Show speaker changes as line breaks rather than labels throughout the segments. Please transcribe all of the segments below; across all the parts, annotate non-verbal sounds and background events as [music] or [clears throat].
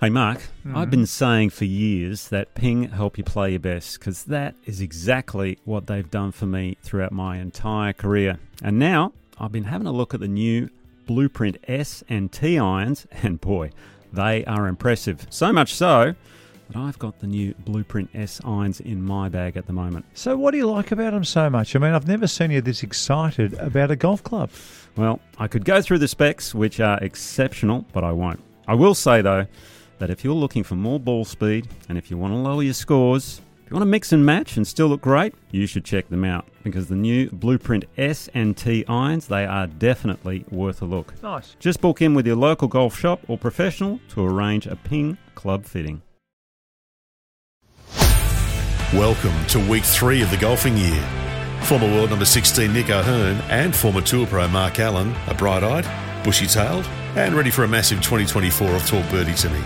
Hey, Mark, I've been saying for years that Ping help you play your best because that is exactly what they've done for me throughout my entire career. And now I've been having a look at the new Blueprint S and T irons, [laughs] and boy, they are impressive. So much so that I've got the new Blueprint S irons in my bag at the moment.
So, what do you like about them so much? I mean, I've never seen you this excited about a golf club.
Well, I could go through the specs, which are exceptional, but I won't. I will say, though, that if you're looking for more ball speed and if you want to lower your scores, if you want to mix and match and still look great, you should check them out because the new Blueprint S and T irons, they are definitely worth a look.
Nice.
Just book in with your local golf shop or professional to arrange a ping club fitting.
Welcome to week three of the golfing year. Former world number 16 Nick O'Hearn and former Tour Pro Mark Allen are bright eyed, bushy tailed, and ready for a massive 2024 of Tall Birdie to me.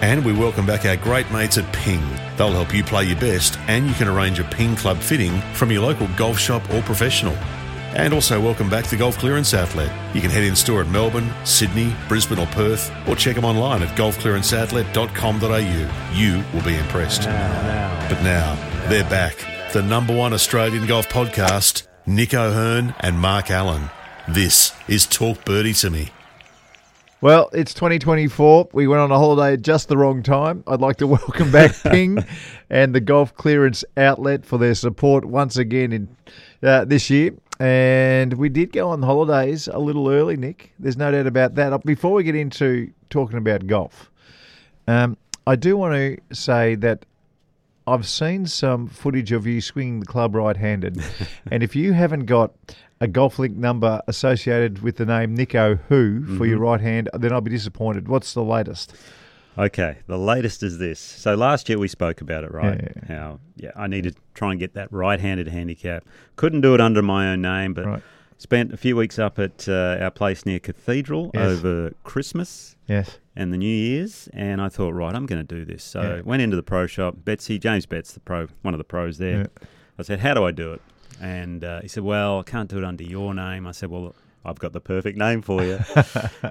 And we welcome back our great mates at Ping. They'll help you play your best, and you can arrange a Ping Club fitting from your local golf shop or professional. And also welcome back the Golf Clearance Outlet. You can head in store at Melbourne, Sydney, Brisbane, or Perth, or check them online at golfclearanceoutlet.com.au. You will be impressed. But now, they're back. The number one Australian golf podcast, Nick O'Hearn and Mark Allen. This is Talk Birdie to Me.
Well, it's 2024. We went on a holiday at just the wrong time. I'd like to [laughs] welcome
[laughs]
back Ping and the Golf Clearance Outlet for their support once again in uh, this year. And we did go on holidays a little early, Nick. There's no doubt about that. Uh, Before we get into talking about golf, um, I do want to say that I've seen some footage of you swinging the club right handed. and if you haven't got a golf link number associated with the name Nico Who for your right hand, then I'll be disappointed. What's the latest?
Okay, the latest is this. So last year we spoke about it, right?
Yeah.
How yeah, I need to try and get that right-handed handicap. Couldn't do it under my own name, but
Right.
spent a few weeks up at uh, our place near Cathedral
Yes.
over Christmas
Yes.
and the New Year's, and I thought, right, I'm going to do this. So
Yeah.
went into the pro shop. Betsy James Betts, the pro, one of the pros there. I said, how do I do it? And uh, he said, well, I can't do it under your name. I said, well. I've got the perfect name for
[laughs]
you,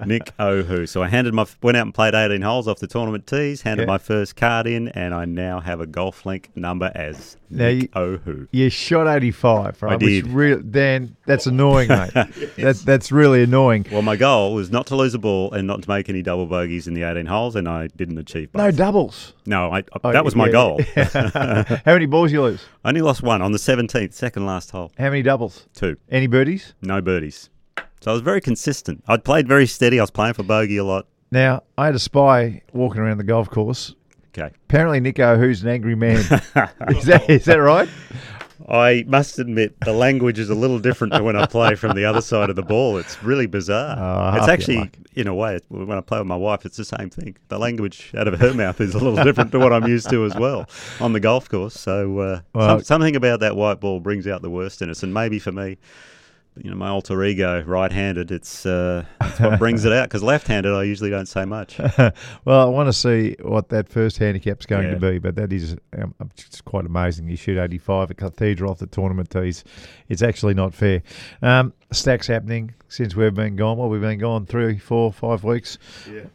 Nick Ohu. So I handed my went out and played 18 holes off the tournament tees, handed
Yeah.
my first card in, and I now have a golf link number as
Now
Nick Ohu.
You shot 85, right?
did.
Which real Dan, that's annoying, mate. That, that's really annoying.
Well, my goal was not to lose a ball and not to make any double bogeys in the 18 holes, and I didn't achieve
No
both.
doubles.
No, I,
Oh,
that was my
yeah. [laughs]
goal.
How many balls you lose?
I only lost one on the 17th, second last hole.
How many doubles?
Two.
Any birdies?
No birdies. So I was very consistent. I'd played very steady. I was playing for bogey a lot.
Now, I had a spy walking around the golf course.
Okay.
Apparently, Nico, who's an angry man. is, that, is that right?
I must admit, the language is a little different to when I play from the other side of the ball. It's really
Oh,
bizarre.
I
it's
hope you
actually,
like
in a way, it's- when I play with my wife, it's the same thing. The language out of her mouth is a little different to what I'm used to as well on the golf course. So uh,
Well-
some, something about that white ball brings out the worst in us. And maybe for me, you know, my alter ego, right-handed, it's, uh, it's what brings it out. Because left-handed, I usually don't say much.
Well, I want to see what that first handicap's going to
Yeah.
be, but that is um, it's quite amazing. You shoot 85 at Cathedral off the tournament tees. It's actually not fair. Um, stacks happening since we've been gone. Well, we've been gone three, four, five weeks.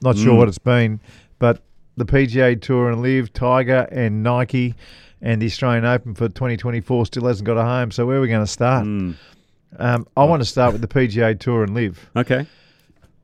Not sure what it's been, but the PGA Tour and Live, Tiger and Nike and the Australian Open for 2024 still hasn't got a home. So where are we going to start? Um, I want to start with the PGA Tour and Live.
Okay.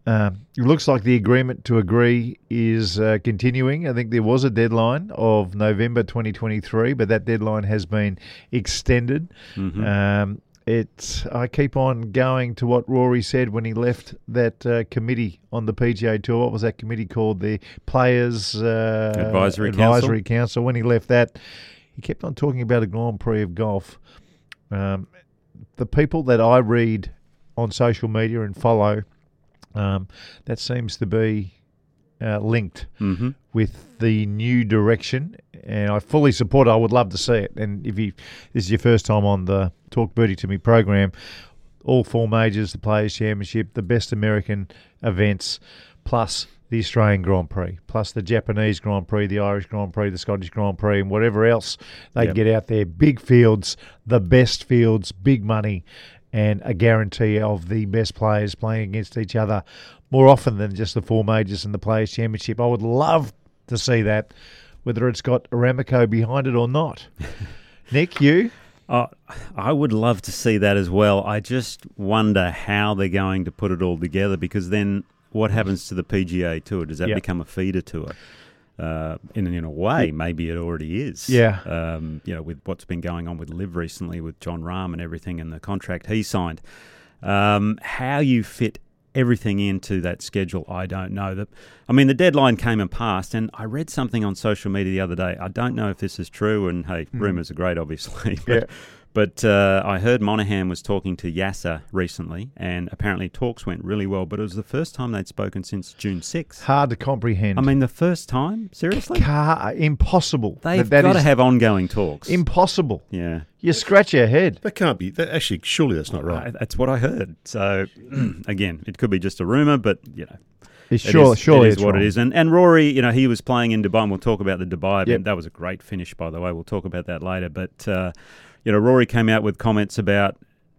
Um, it looks like the agreement to agree is uh, continuing. I think there was a deadline of November 2023, but that deadline has been extended. Um, it's I keep on going to what Rory said when he left that uh, committee on the PGA Tour. What was that committee called? The Players uh,
Advisory
Advisory Council. When he left that, he kept on talking about a Grand Prix of golf. Um, the people that I read on social media and follow Um, that seems to be uh, linked
hmm
with the new direction, and I fully support. it. I would love to see it. And if you, this is your first time on the Talk Birdie to Me program, all four majors, the Players Championship, the best American events, plus the Australian Grand Prix, plus the Japanese Grand Prix, the Irish Grand Prix, the Scottish Grand Prix, and whatever else they
Yep.
get out there. Big fields, the best fields, big money, and a guarantee of the best players playing against each other more often than just the four majors and the Players Championship. I would love to see that, whether it's got Ramico behind it or
[laughs]
not. Nick, you?
Uh, I would love to see that as well. I just wonder how they're going to put it all together because then what happens to the PGA Tour? Does that
Yeah.
become a feeder tour? Uh, in in a way, maybe it already is.
Yeah.
Um, you know, with what's been going on with Live recently, with John Rahm and everything, and the contract he signed. Um, how you fit everything into that schedule, I don't know. That I mean, the deadline came and passed, and I read something on social media the other day. I don't know if this is true, and hey,
Hmm.
rumors are great, obviously. [laughs] But, but uh, I heard Monahan was talking to Yasser recently, and apparently talks went really well. But it was the first time they'd spoken since June 6th.
Hard to comprehend.
I mean, the first time, seriously.
Car, uh, impossible.
They've
That- that
got to
is
have ongoing talks.
impossible.
yeah.
You scratch your head.
That can't be. That actually, surely that's not
I-
right.
that's what I heard. So, [clears throat] again, it could be just a rumor, but you know,
It's
it
sure,
is-
surely
it is
it's
what
wrong.
it is. And and Rory, you know, he was playing in Dubai. and We'll talk about the Dubai event.
Yep.
That was a great finish, by the way. We'll talk about that later. But uh, you know, Rory came out with comments about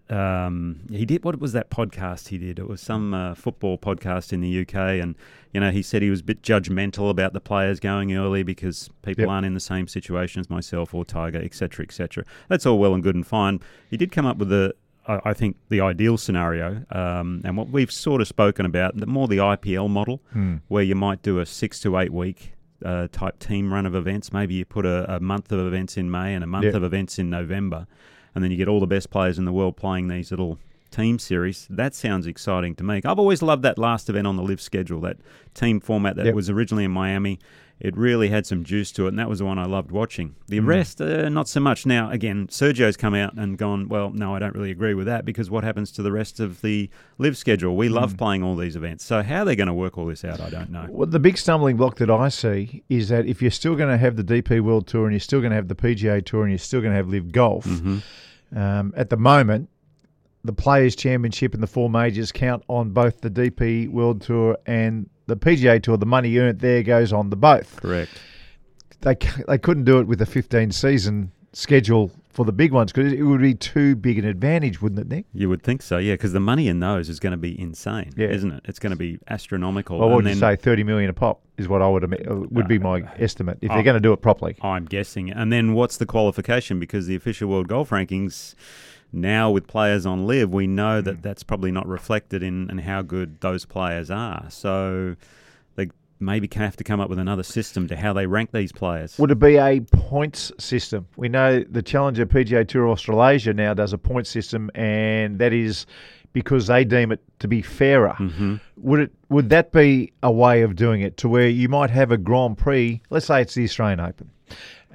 um, he did what was that podcast he did? It was some uh, football podcast in the UK, and you know, he said he was a bit judgmental about the players going early because people
Yep.
aren't in the same situation as myself or Tiger, etc., etc. That's all well and good and fine. He did come up with the I I think the ideal scenario, um, and what we've sort of spoken about, the more the IPL model, where you might do a six to eight week uh, type team run of events. Maybe you put a, a month of events in May and a month
Yeah.
of events in November, and then you get all the best players in the world playing these little team series. That sounds exciting to me. I've always loved that last event on the live schedule, that team format that
Yep.
was originally in Miami. It really had some juice to it, and that was the one I loved watching. The
Mm.
rest, uh, not so much. Now, again, Sergio's come out and gone, well, no, I don't really agree with that because what happens to the rest of the live schedule? We
Mm.
love playing all these events. So, how they're going to work all this out, I don't know.
Well, the big stumbling block that I see is that if you're still going to have the DP World Tour and you're still going to have the PGA Tour and you're still going to have Live Golf,
Mm-hmm.
um, at the moment, the Players Championship and the four majors count on both the DP World Tour and the PGA Tour. The money earned there goes on the both.
Correct.
They c- they couldn't do it with a 15 season schedule for the big ones because it would be too big an advantage, wouldn't it, Nick?
You would think so, yeah, because the money in those is going to be insane,
Yeah.
isn't it? It's going to be astronomical.
Well, what
And
would you
then-
say? 30 million a pop is what I would admit- uh, would be my estimate if they're going to do it properly.
I'm guessing. And then what's the qualification? Because the official world golf rankings now with players on live, we know that that's probably not reflected in, in how good those players are. So they maybe can have to come up with another system to how they rank these players.
Would it be a points system? We know the Challenger PGA Tour Australasia now does a point system, and that is because they deem it to be fairer. Would it? Would that be a way of doing it to where you might have a Grand Prix? Let's say it's the Australian Open,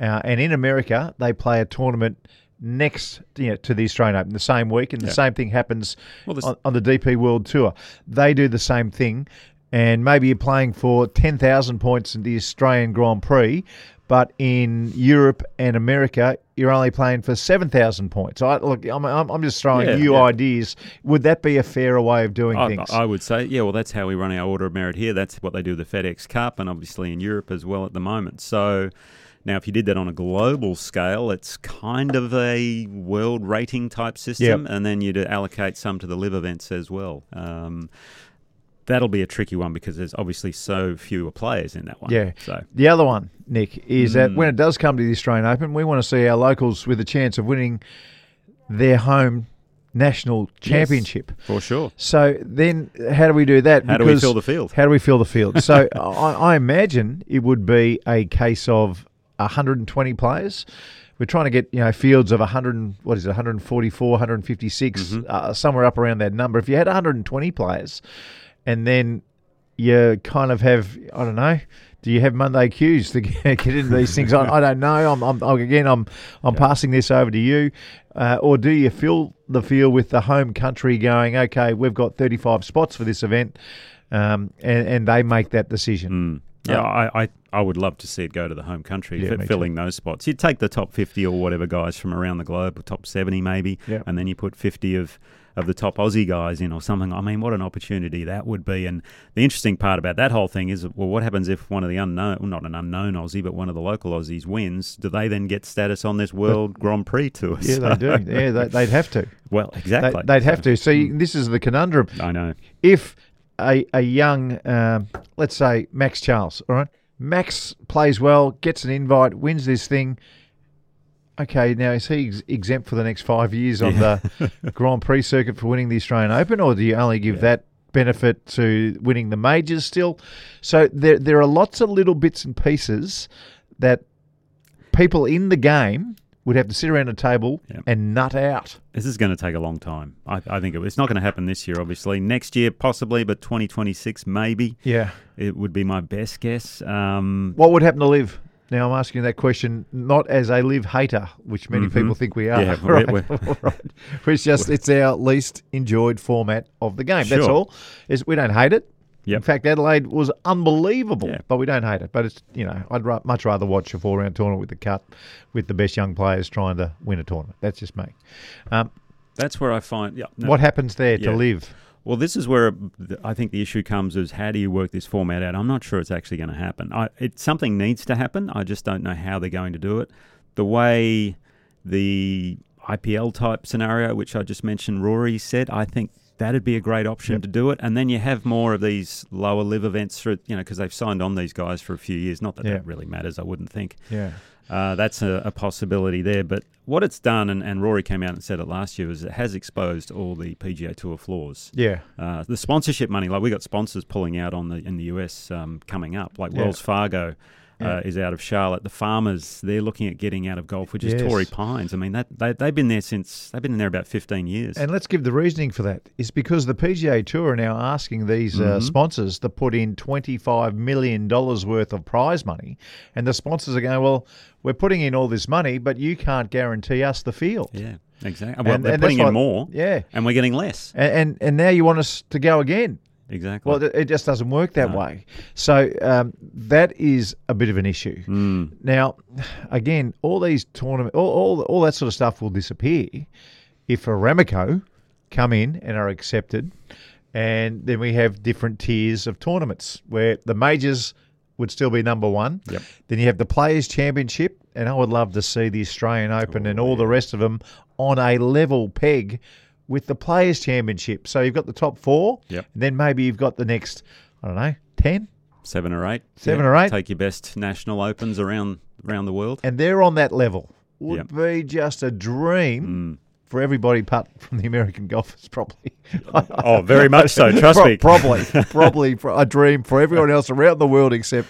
uh, and in America they play a tournament next you know, to the Australian Open the same week, and the same thing happens
Well, this-
on, on the DP World Tour. They do the same thing, and maybe you're playing for 10,000 points in the Australian Grand Prix, but in Europe and America, you're only playing for 7,000 points. I, look, I'm, I'm I'm just throwing
Yeah,
you
yeah.
ideas. Would that be a fairer way of doing
I,
things?
I would say, yeah, well, that's how we run our order of merit here. That's what they do with the FedEx Cup and obviously in Europe as well at the moment. So now, if you did that on a global scale, it's kind of a world rating type system, and then you'd allocate some to the live events as well. Um, that'll be a tricky one because there's obviously so fewer players in that one.
Yeah.
So.
The other one, Nick, is that when it does come to the Australian Open, we want to see our locals with a chance of winning their home national championship.
For sure.
So then, how do we do that?
How do we fill the field?
How do we fill the field? So [laughs] I, I imagine it would be a case of 120 players. We're trying to get you know fields of 100, and- what is it, 144,
Mm-hmm.
156, uh, somewhere up around that number. If you had 120 players, and then you kind of have I don't know. Do you have Monday cues to [laughs] get, get into these things? I, I don't know. I'm, I'm I'm- again. I'm I'm passing this over to you, uh, or do you fill the field with the home country going? Okay, we've got 35 spots for this event, um, and and they make that decision.
Yeah, I, I, I would love to see it go to the home country,
Yeah,
fi-
me too.
filling those spots. You take the top 50 or whatever guys from around the globe, or top 70 maybe,
Yeah.
and then you put 50 of, of the top Aussie guys in or something. I mean, what an opportunity that would be. And the interesting part about that whole thing is, well, what happens if one of the unknown, well, not an unknown Aussie, but one of the local Aussies wins? Do they then get status on this World Grand Prix tour?
Yeah, they
[laughs]
do. Yeah, they, they'd have to.
Well,
They,
exactly.
they'd have to. See, this is the conundrum.
I know.
if a, a young, um, let's say Max Charles, all right, Max plays well, gets an invite, wins this thing. Okay, now is he ex- exempt for the next five years on the Grand Prix circuit for winning the Australian Open, or do you only give that benefit to winning the majors still? So there, there are lots of little bits and pieces that people in the game would have to sit around a table
Yep.
and nut out.
This is going to take a long time. I, I think it, it's not going to happen this year, obviously. Next year, possibly, but 2026, maybe.
Yeah.
It would be my best guess. Um,
What would happen to Liv? Now I'm asking that question not as a Liv hater, which many people think we are.
Mm-hmm. Yeah,
[laughs]
we're-
right?
we're-
Right. It's just it's our least enjoyed format of the game. That's
Sure.
all. Is we don't hate it.
Yep.
In fact, Adelaide was unbelievable,
Yeah.
but we don't hate it. But it's you know I'd ra- much rather watch a four round tournament with the cut, with the best young players trying to win a tournament. That's just me. Um,
that's where I find. Yeah, no.
What happens there
Yeah.
to Liv?
Well, this is where th- I think the issue comes: is how do you work this format out? I'm not sure it's actually going to happen. I, it something needs to happen. I just don't know how they're going to do it. The way the IPL type scenario, which I just mentioned, Rory said, I think that'd be a great option to do it. And then you have more of these lower live events through, you know, because they've signed on these guys for a few years. Not that
Yeah.
that really matters, I wouldn't think.
Yeah.
Uh, that's a, a possibility there. But what it's done, and, and Rory came out and said it last year, is it has exposed all the PGA Tour flaws.
Yeah.
Uh, the sponsorship money, like we got sponsors pulling out on the in the US um, coming up, like
Yeah.
Wells Fargo.
Yeah.
Uh, is out of Charlotte. The farmers they're looking at getting out of golf, which is
Yes.
Torrey Pines. I mean, that they, they've been there since they've been in there about fifteen years.
And let's give the reasoning for that. It's because the PGA Tour are now asking these uh, sponsors to put in $25 million worth of prize money. And the sponsors are going, well, we're putting in all this money, but you can't guarantee us the field.
yeah, exactly. Well,
And-
they're
and that's
putting in
like-
more,
yeah.
and we're getting less.
And, and, and now you want us to go again.
Exactly.
Well, it it just doesn't work that way. So um, that is a bit of an issue. Now, again, all these tournament, all, all all that sort of stuff will disappear if Aramico come in and are accepted, and then we have different tiers of tournaments where the majors would still be number one.
Yep.
Then you have the Players Championship, and I would love to see the Australian Open and all the rest of them on a level peg with the Players Championship. So you've got the top four,
Yep.
and then maybe you've got the next, I don't know, 10,
seven or eight.
Seven or eight.
Take your best national opens around around the world.
and they're on that level. Would
Yep. Mm.
be just a dream for everybody, apart from the American [laughs] golfers,
[laughs]
probably.
Oh, very much [laughs]
[laughs]
so. Trust
Pro-
me. [laughs]
Probably, probably for a dream for everyone else around the world except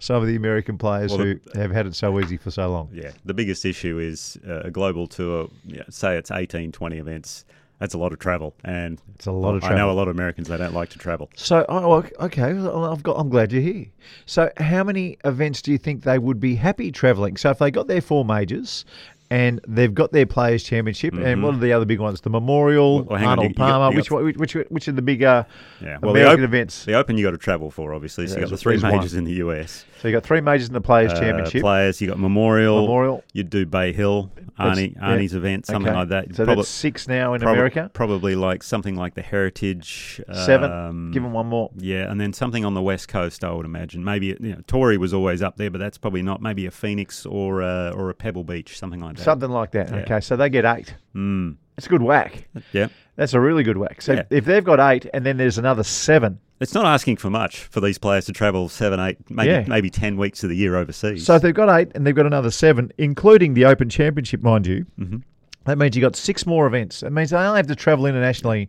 some of the American players
Well,
who have had it so easy for so long.
Yeah, the biggest issue is uh, a global tour. Yeah, say it's 18, 20 events. That's a lot of travel, and
It's a lot of
I know
travel.
a lot of Americans they don't like to travel.
So, oh, ok- okay, well, I've got. I'm glad you're here. So, how many events do you think they would be happy travelling? So, if they got their four majors, and they've got their Players Championship, and what are the other big ones? The Memorial,
Mm-hmm. Well, hang on,
Arnold
you- you got-
Palmer.
you
which
got-
one which, which which are the bigger
Yeah,
American
the Op-
events?
The Open you got to travel for, obviously. So you
Yeah,
got the
there's-
three
there's one.
majors in the US.
So you got three majors in the Players
uh,
Championship.
players, you got Memorial.
Memorial.
You'd do Bay Hill,
That's-
Arnie,
yeah.
Arnie's event, something
Okay.
like that.
So
Probab-
that's six now in
prob-
America.
Probably like something like the Heritage.
Seven.
um,
Give them one more.
Yeah, and then something on the west coast, I would imagine. Maybe you know, Torrey was always up there, but that's probably not. Maybe a Phoenix or a, or a Pebble Beach, something like that.
Something like that.
Yeah.
Okay, so they get eight.
Mm.
That's a good whack.
Yeah,
That's a really good whack. So
Yeah.
if they've got eight, and then there's another seven.
it's not asking for much for these players to travel seven, eight, maybe
Yeah.
maybe ten weeks of the year overseas.
So if they've got eight, and they've got another seven, including the Open Championship, mind you.
Mhm.
That means you've got six more events. That means they only have to travel internationally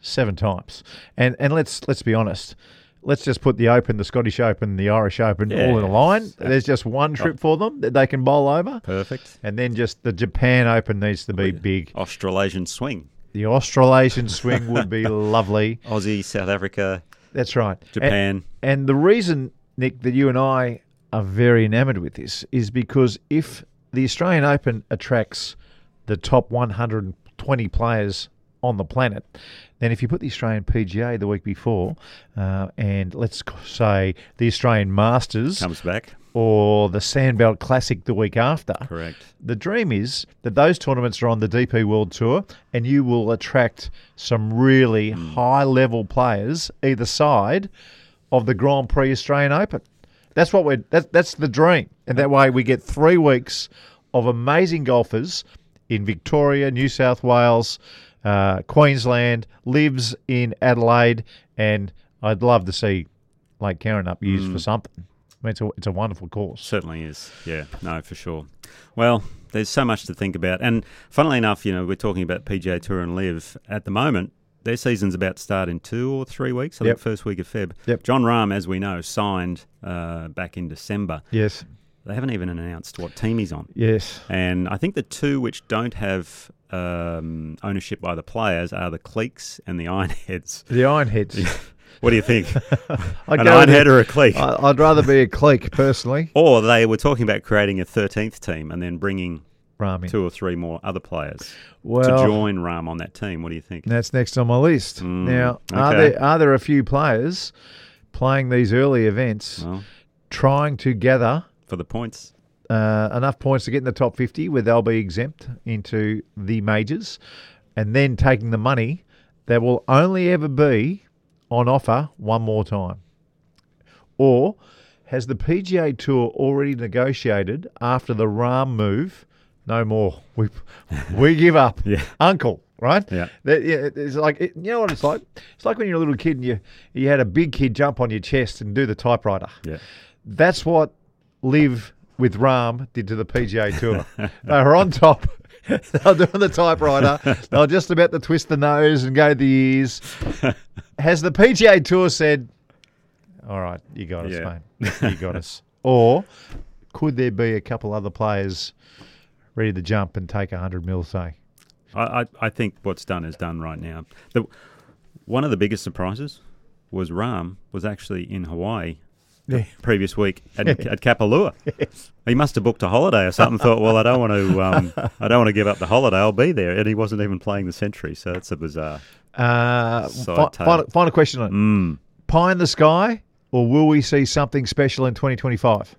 seven times. And and let's let's be honest. Let's just put the Open, the Scottish Open, the Irish Open all in a
Yes. Oh.
line. There's just one trip for them that they can bowl over.
perfect.
And then just the Japan Open needs to be big.
Australasian swing,
The Australasian swing would be lovely.
Aussie, South Africa,
That's right.
Japan.
And, and the reason, Nick, that you and I are very enamoured with this is because if the Australian Open attracts the top 120 players on the planet, then if you put the Australian PGA the week before, uh, and let's c- say the Australian Masters
Comes back.
or the Sandbelt Classic the week after,
Correct.
the dream is that those tournaments are on the DP World Tour and you will attract some really high level players either side of the Grand Prix Australian Open. That's what we're that, that's the dream. And that way we get 3 weeks of amazing golfers in Victoria, New South Wales, uh, Queensland, lives in Adelaide and I'd love to see Lake Karen up used for something. I mean, it's a, it's a wonderful course.
Certainly is. Yeah, no, for sure. Well, there's so much to think about. And funnily enough, you know, we're talking about PGA Tour and Live at the moment. Their season's about to start in two or three weeks, I
Yep.
think first week of Feb.
Yep.
John Rahm, as we know, signed uh, back in December.
Yes.
They haven't even announced what team he's on.
Yes.
And I think the two which don't have um, ownership by the players are the cliques and the [laughs] ironheads.
The Ironheads.
What do you
[laughs]
think?
I'd
An
go with
ironhead
it. Uh,
or a clique?
I- I'd rather be a clique personally.
Or they were talking about creating a 13th team and then bringing
Rami.
two or three more other players to
Well-
join Ram on that team. What do you think?
That's next on my list. now, are
okay.
there are there a few players playing these early events
Well,
trying to gather
for the points,
uh, enough points to get in the top 50 where they'll be exempt into the majors and then taking the money that will only ever be on offer one more time? Or has the PGA Tour already negotiated after the Ram move? No more. [laughs] We we give up,
[laughs] Yeah.
Uncle. Right?
Yeah.
That- yeah, it- it's like it, you know what it's like. It's like when you're a little kid and you you had a big kid jump on your chest and do the typewriter.
yeah,
That's what Live with Rahm did to the PGA Tour. they were on top. [laughs] they were doing the typewriter. They were just about to twist the nose and go the ears. Has the PGA Tour said, all right, you got us,
Yeah.
mate. You got us. Or could there be a couple other players ready to jump and take 100 mil, say?
I, I, I think what's done is done right now. The, one of the biggest surprises was Ram was actually in Hawaii
Yeah.
previous week
[laughs]
at, at Kapalua. He must have booked a holiday or something. Thought, well, I don't want to, um, I don't want to give up the holiday. I'll be there, and he wasn't even playing the century. So it's a bizarre.
Uh,
Side
fi-
tail.
final, final question on it. Pie in the sky, or will we see something special in 2025?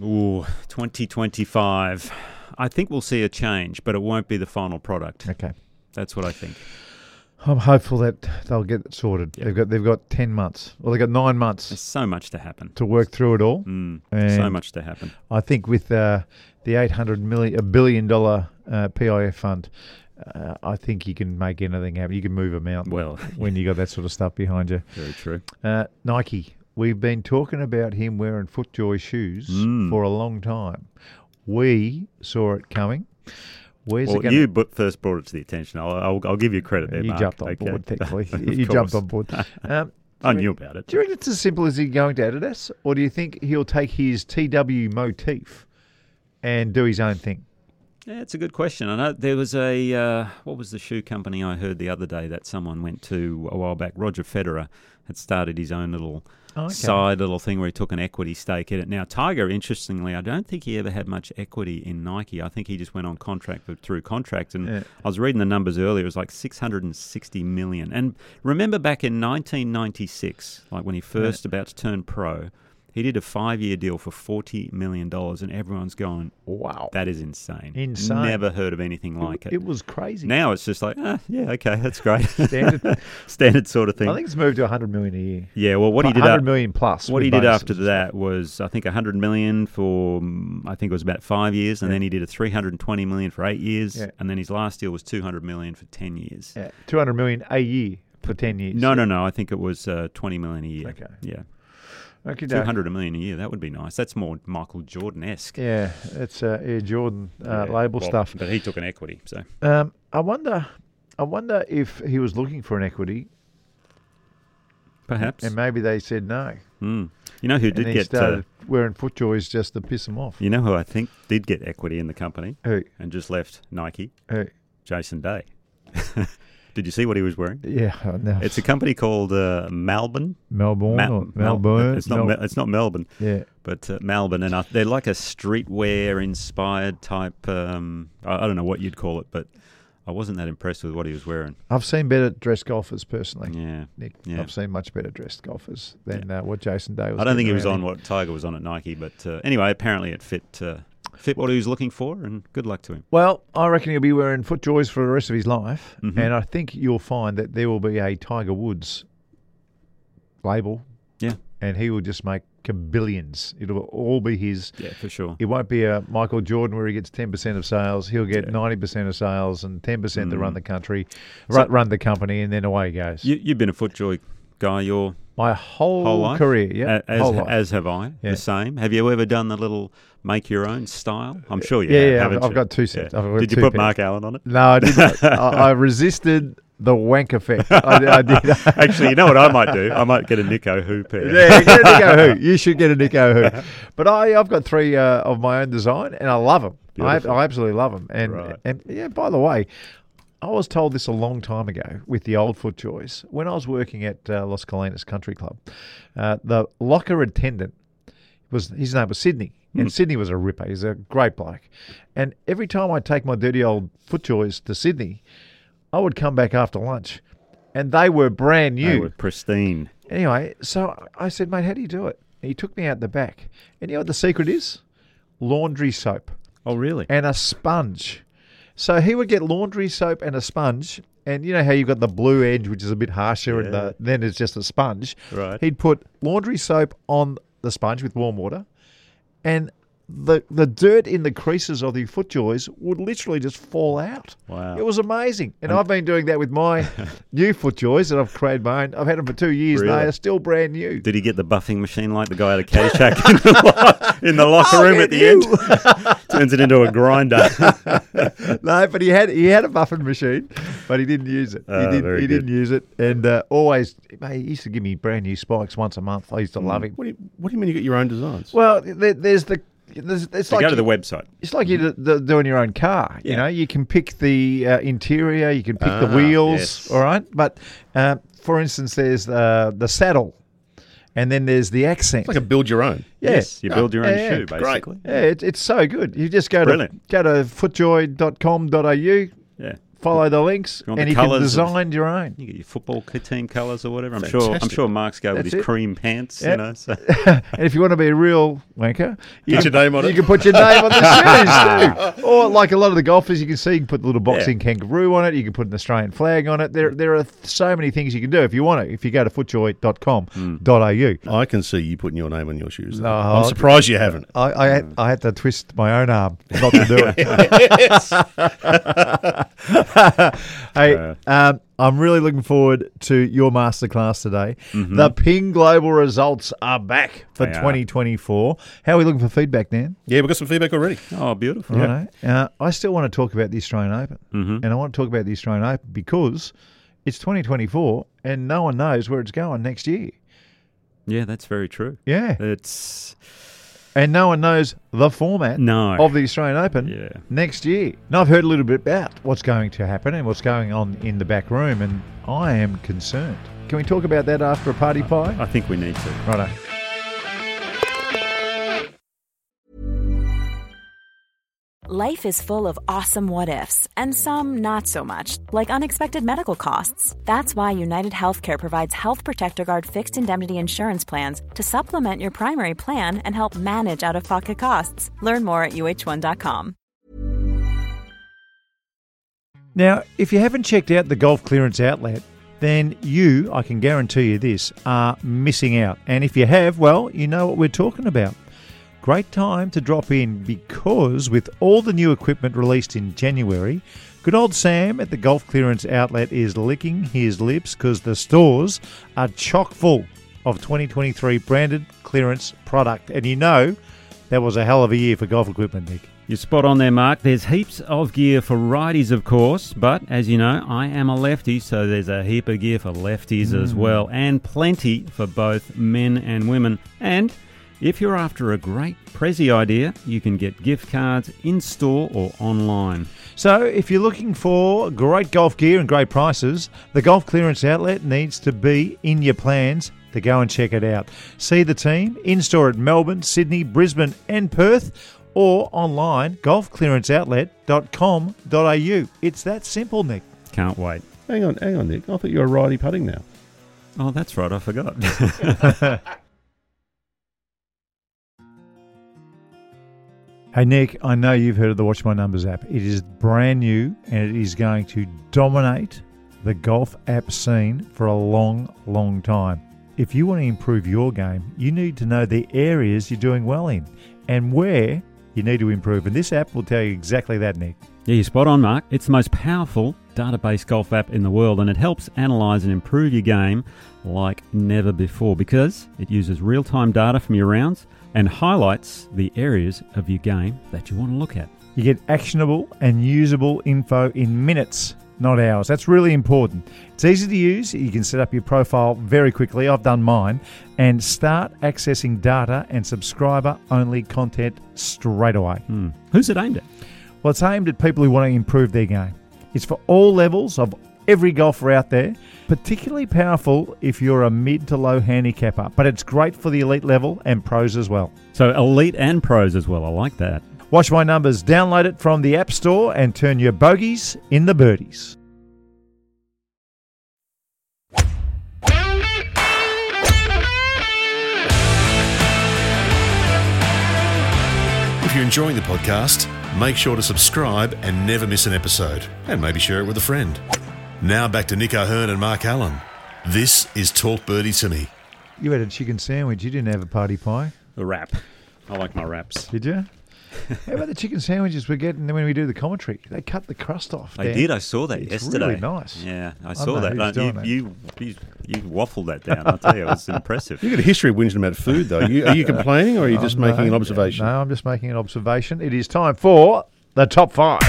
Ooh, 2025. I think we'll see a change, but it won't be the final product.
Okay.
That's what I think.
I'm hopeful that they'll get it sorted.
Yeah.
They've got they've got ten months. Well, they've got nine months
There's so much to happen.
to work through it all.
Mm,
And
so much to happen.
I think with uh, the eight hundred million a billion dollar uh, PIF fund, uh, I think you can make anything happen. You can move a mountain [laughs]
Well,
when you got that sort of stuff behind you.
very true.
Uh, Nike. We've been talking about him wearing FootJoy shoes
Mm.
for a long time. We saw it coming. Where's it
well,
going?
you bu- first brought it to the attention. I'll, I'll, I'll give you credit there,
you
Mark.
jumped on
Okay. [laughs]
board, thankfully.
Of
you jumped
course.
on board.
[laughs]
Um,
I knew about it.
Do you reckon it's as simple as he going to Adidas, or do you think he'll take his TW motif and do his own thing?
Yeah, it's a good question. I know there was a uh, what was the shoe company I heard the other day that someone went to a while back. Roger Federer had started his own little
okay.
side little thing where he took an equity stake in it. Now Tiger, interestingly, I don't think he ever had much equity in Nike. I think he just went on contract but through contract. And
Yeah.
I was reading the numbers earlier; it was like six hundred and sixty million. And remember back in nineteen ninety six, like when he first about to turn pro. He did a five-year deal for forty million dollars, and everyone's going,
Wow,
that is insane.
Insane.
Never heard of anything like it.
it was crazy.
now it's just like, ah, yeah, okay, that's great.
[laughs] Standard.
[laughs] Standard sort of thing.
I think it's moved to 100 million a year.
yeah, well, what he did,
Hundred
up,
million plus.
what
with
he did
bonuses.
after that was, I think, 100 million for, mm, I think it was about five years, and then he did a 320 million for eight years,
Yeah.
and then his last deal was 200 million for 10 years.
Yeah, 200 million a year for 10 years.
No, no, no. I think it was uh, 20 million a year.
Okay.
Yeah.
okay,
200 a million a year. That would be nice. That's more Michael Jordan esque.
Yeah, it's uh, Air Jordan uh, label stuff.
But he took an equity. So,
Um, I wonder, I wonder if he was looking for an equity,
perhaps.
and maybe they said no,
Mm. You know who
and
did
he
get. Uh,
started wearing FootJoys just to piss him off.
You know who I think did get equity in the company
Who? Uh,
and just left Nike?
Who?
Jason Day. [laughs] Did you see what he was
[laughs]
wearing?
Yeah, no.
It's a company called uh, Malbon.
Melbourne.
Ma-
or
Mel-
Melbourne.
It's not.
Mel-
Mel- it's not Melbourne,
yeah.
but uh, Malbon, and I, they're like a streetwear inspired type. Um, I, I don't know what you'd call it, but I wasn't that impressed with what he was wearing.
I've seen better dressed golfers personally,
Yeah,
Nick.
Yeah.
I've seen much better dressed golfers than uh, what Jason Day was.
I don't
getting
think he was
around
on
in.
what Tiger was on at Nike, but uh, anyway, apparently it fit uh, fit what he was looking for, and good luck to him.
Well, I reckon he'll be wearing FootJoys for the rest of his life,
Mm-hmm.
and I think you'll find that there will be a Tiger Woods label,
Yeah,
and he will just make billions. It'll all be his.
yeah, for sure.
It won't be a Michael Jordan where he gets ten percent of sales. He'll get ninety percent of sales and ten percent to run the country, run, run the company, and then away he goes.
Mm. You, you've been a FootJoy guy your
My whole,
whole life,
career, yeah,
A- as,
whole life.
as have I.
Yeah.
The same. Have you ever done the little make your own style? I'm sure you
Yeah,
have.
yeah, I've-
haven't
I've
you?
got two sets. I've got
Did you
two
put
pairs.
Mark Allen on it?
no, I did
[laughs]
not. I, I resisted the wank effect. I, I did.
[laughs] Actually, you know what I might do? I might get a Nico Who pair.
Yeah, get a Nico Who. You should get a Nico Who. [laughs] But I, I've got three uh, of my own design, and I love them. I,
Beautiful.
I absolutely love them. And
Right.
and yeah, by the way, I was told this a long time ago with the old foot choice when I was working at uh, Los Colinas Country Club. Uh, the locker attendant was his name was Sydney, and Sydney was a ripper. He's a great bloke. And every time I take my dirty old foot choice to Sydney, I would come back after lunch. And they were brand new.
They were pristine.
Anyway, so I said, mate, how do you do it? And he took me out the back. And you know what the secret is? Laundry soap
Oh, really?
and a sponge. So he would get laundry soap and a sponge. And you know how you've got the blue edge, which is a bit harsher, and the, then it's just a sponge.
Right.
He'd put laundry soap on the sponge with warm water, and the the dirt in the creases of the foot joys would literally just fall out.
Wow.
It was amazing. And I've been doing that with my
[laughs]
new foot joys that I've created my own. I've had them for two years.
Really?
They are still brand new.
Did he get the buffing machine like the guy at a Caddyshack in the, lo- in the locker room at the end? [laughs] Turns it into a grinder. [laughs]
no, but he had he had a buffing machine, but he didn't use it. He,
Ah,
didn't,
very
he didn't
good.
use it, and uh, always mate, he used to give me brand new spikes once a month. I used
Hmm.
to love him.
What do you What do you mean you got your own designs?
Well, there, there's the there's, it's
So
like
go to the
you-
website.
It's like you're d- d- doing your own car. You
Yeah.
know, you can pick the uh, interior, you can pick the
Ah,
wheels.
yes.
All right, but uh, for instance, there's uh, the saddle, and then there's the accent.
It's like a build your own.
[laughs] yeah.
Yes, you build your own
Yeah, yeah.
shoe,
Great.
basically.
yeah, it, it's so good. You just go
Brilliant.
to go to footjoy.com.au,
Yeah.
follow the links,
want
and
the
you can
colours of-
design your own.
You get your football kit team colours or whatever. I'm sure. I'm
Fantastic.
sure Mark's going with
That's
his
it.
cream pants. You
Yep.
know.
[laughs]
So.
And if you want to be a real
[laughs]
wanker, you,
Get
can,
your name on
you
it.
can put your name on the shoes too. Or like a lot of the golfers, you can see you can put the little boxing kangaroo on it. You can put an Australian flag on it. There, there are so many things you can do if you want to. If you go to
Mm.
footjoy.com.au.
I can see you putting your name on your shoes.
No,
I'm
I-
surprised you haven't.
I, I, had, I had to twist my own arm not to do
[laughs]
it. [laughs] hey, um, I'm really looking forward to your masterclass today. The Ping Global results are back for
Mm-hmm. They are.
2024. How are we looking for feedback, Dan?
Yeah, we've got some feedback already.
Oh, beautiful.
Righto. Uh, I still want to talk about the Australian Open,
Mm-hmm.
and I want to talk about the Australian Open because it's 2024, and no one knows where it's going next year.
Yeah, that's very true.
Yeah,
It's
and no one knows the format
No.
of the Australian Open
Yeah.
next year. Now I've heard a little bit about what's going to happen and what's going on in the back room, and I am concerned. Can we talk about that after a party pie?
I think we need to.
Righto.
Life is full of awesome what ifs and some not so much, like unexpected medical costs. That's why United Healthcare provides Health Protector Guard fixed indemnity insurance plans to supplement your primary plan and help manage out of pocket costs. Learn more at uh1.com.
Now, if you haven't checked out the Golf Clearance Outlet, then you, I can guarantee you this, are missing out. And if you have, well, you know what we're talking about. Great time to drop in because with all the new equipment released in January, good old Sam at the Golf Clearance Outlet is licking his lips because the stores are chock full of 2023 branded clearance product. And you know, that was a hell of a year for golf equipment, Nick.
You're spot on there, Mark. There's heaps of gear for righties, of course, but as you know, I am a lefty, so there's a heap of gear for lefties as well, and plenty for both men and women. And If you're after a great Prezi idea, you can get gift cards in store or online.
So, if you're looking for great golf gear and great prices, the Golf Clearance Outlet needs to be in your plans to go and check it out. See the team in store at Melbourne, Sydney, Brisbane, and Perth, or online golfclearanceoutlet.com.au. It's that simple, Nick.
Can't wait.
Hang on, hang on, Nick. I thought you were righty putting now.
Oh, that's right, I forgot. [laughs]
Hey, Nick, I know you've heard of the Watch My Numbers app. It is brand new and it is going to dominate the golf app scene for a long, long time. If you want to improve your game, you need to know the areas you're doing well in and where you need to improve. And this app will tell you exactly that, Nick.
Yeah, you're spot on, Mark. It's the most powerful database golf app in the world, and it helps analyze and improve your game like never before because it uses real time data from your rounds and highlights the areas of your game that you want to look at.
You get actionable and usable info in minutes, not hours. That's really important. It's easy to use. You can set up your profile very quickly. I've done mine and start accessing data and subscriber only content straight away.
Hmm. Who's it aimed at?
Well, it's aimed at people who want to improve their game. It's for all levels of every golfer out there, particularly powerful if you're a mid to low handicapper, but it's great for the elite level and pros as well.
So, elite and pros as well. I like that.
Watch my numbers, download it from the App Store, and turn your bogeys in the birdies.
If you're enjoying the podcast, make sure to subscribe and never miss an episode, and maybe share it with a friend. Now back to Nick O'Hearn and Mark Allen. This is Talk Birdie to Me.
You had a chicken sandwich, you didn't have a party pie,
The wrap. I like my wraps. [laughs]
did you? How about the chicken sandwiches we're getting when we do the commentary? They cut the crust off.
I
Dan.
did. I saw that
It's
yesterday.
really nice.
Yeah, I
know
saw
who's
that.
doing
You,
that.
you, you, you waffled that down. I'll tell you, it [laughs] was impressive.
You got a history of whinging about food, though. You,
[laughs]
are you complaining or are you just
Uh, No,
making an observation?
No, I'm just making an observation. It is time for the top five.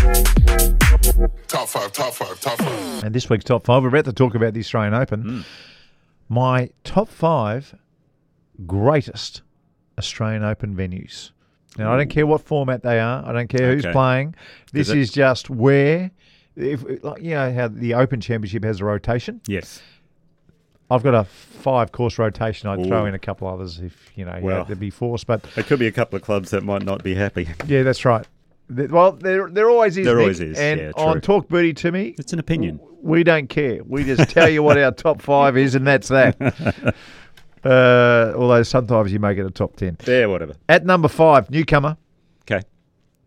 Top five, top five, top five.
And this week's top five, we're about to talk about the Australian Open.
Hmm.
My top five greatest Australian Open venues. Now, I don't care what format they are. I don't care who's
Okay.
playing. This
it-
is just where, if like, you know how the Open Championship has a rotation.
Yes.
I've got a five-course rotation. I'd throw
Ooh.
in a couple others if you know you
Well.
had to be forced. But
There could be a couple of clubs that might not be happy.
yeah, that's right. Th- Well, there, there always is.
There
Nick.
always is,
And
yeah,
on
true.
Talk Birdie to me,
It's an opinion.
we don't care. We just tell you what our top five is, and that's that.
[laughs]
Uh, although sometimes you make it a top ten.
Yeah, whatever.
At number five, newcomer
Okay.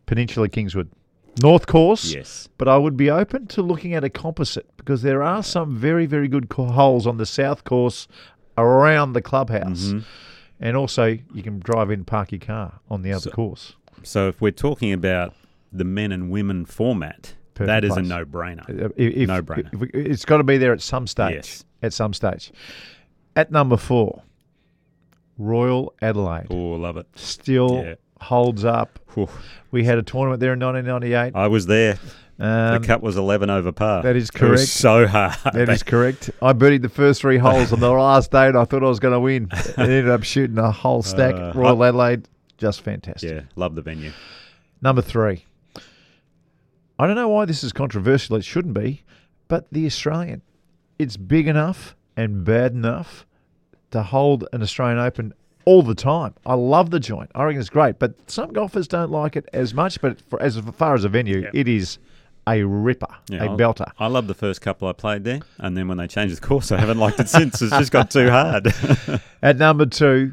Peninsula Kingswood, North Course.
Yes.
But I would be open to looking at a composite because there are some very, very good co- holes on the south course around the clubhouse.
Mm-hmm.
And also, you can drive in, park your car on the other course.
So if we're talking about the men and women format,
Perfect
that is
place.
a no-brainer.
Uh, if- if-
No-brainer.
if we- It's got to be there at some stage.
Yes.
At some stage. At number four, Royal Adelaide
Oh, love it.
still
Yeah.
holds up.
Whew.
We had a tournament there in 1998.
I was there. The
Um,
cut was 11 over par.
that is
It was
correct.
so hard.
that is correct. I birdied the first three holes
[laughs]
on the last day, and I thought I was going to win. It ended up shooting a whole stack.
Uh,
Royal Adelaide, just fantastic.
yeah, love the venue.
Number three. I don't know why this is controversial. It shouldn't be, but the Australian. It's big enough and bad enough to hold an Australian Open all the time. I love the joint. I reckon it's great, but some golfers don't like it as much. But for, as far as a venue, it is a ripper,
Yeah,
a
I-
belter.
I love the first couple I played there, and then when they changed the course, I haven't liked it since. It's just got too
[laughs]
hard. [laughs]
At number two,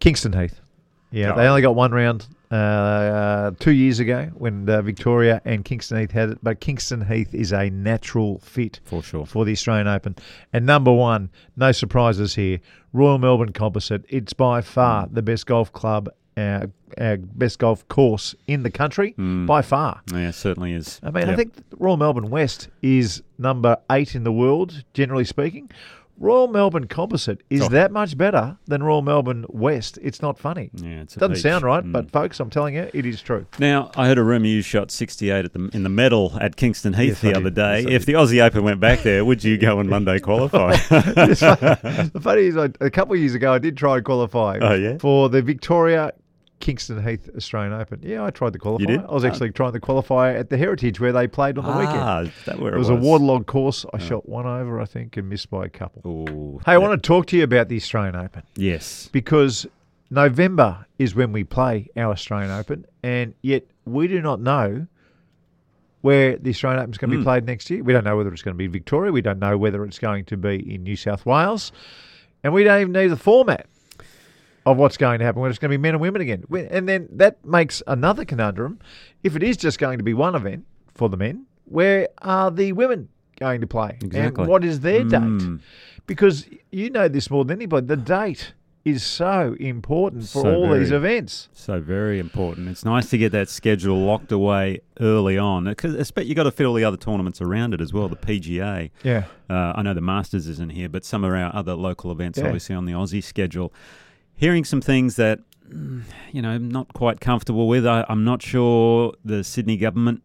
Kingston Heath. Yeah,
Oh.
they only got one round uh, two years ago when uh, Victoria and Kingston Heath had it, but Kingston Heath is a natural fit
For sure.
for the Australian Open. And number one, no surprises here, Royal Melbourne Composite. It's by far
Mm.
the best golf club, uh, uh, best golf course in the country,
Mm.
by far.
yeah, it certainly is.
I mean, I
Yep.
think Royal Melbourne West is number eight in the world, generally speaking. Royal Melbourne Composite is
Oh.
that much better than Royal Melbourne West. It's not funny.
Yeah, it's a
Doesn't
peach.
sound right,
Mm.
but folks, I'm telling you, it
[laughs]
is true. [laughs]
Now, I heard a rumour you shot 68 at the, in the medal at Kingston Heath
Yes,
the
I
other
did.
day.
Yes, I
if the Aussie Open went back there, would you go and one day
[laughs]
qualify?
the funny is, I, a couple of years ago, I did try and qualify
Oh, yeah?
for the Victoria Kingston Heath Australian Open. Yeah, I tried to qualify.
did?
I was actually trying to qualify at the Heritage where they played on the weekend.
ah, is that where
It
it
was, a waterlogged course. I shot one over, I think, and missed by a couple.
Ooh,
Hey, I want to talk to you about the Australian Open
yes.
because November is when we play our Australian Open, and yet we do not know where the Australian Open is going to be played next year. We don't know whether it's going to be Victoria. We don't know whether it's going to be in New South Wales, and we don't even know the format of what's going to happen when it's going to be men and women again. We- And then that makes another conundrum. If it is just going to be one event for the men, where are the women going to play?
Exactly.
And what is their date?
Mm.
because you know this more than anybody. The date is so important for
So
all these
very.
events.
So very important. It's nice to get that schedule locked away early on because I expect you've got to fit all the other tournaments around it as well. The PGA,
Yeah,
uh, I know the Masters isn't here, but some of our other local events
Yeah.
obviously on the Aussie schedule. Hearing some things that mm, you know I'm not quite comfortable with. I, I'm not sure the Sydney government.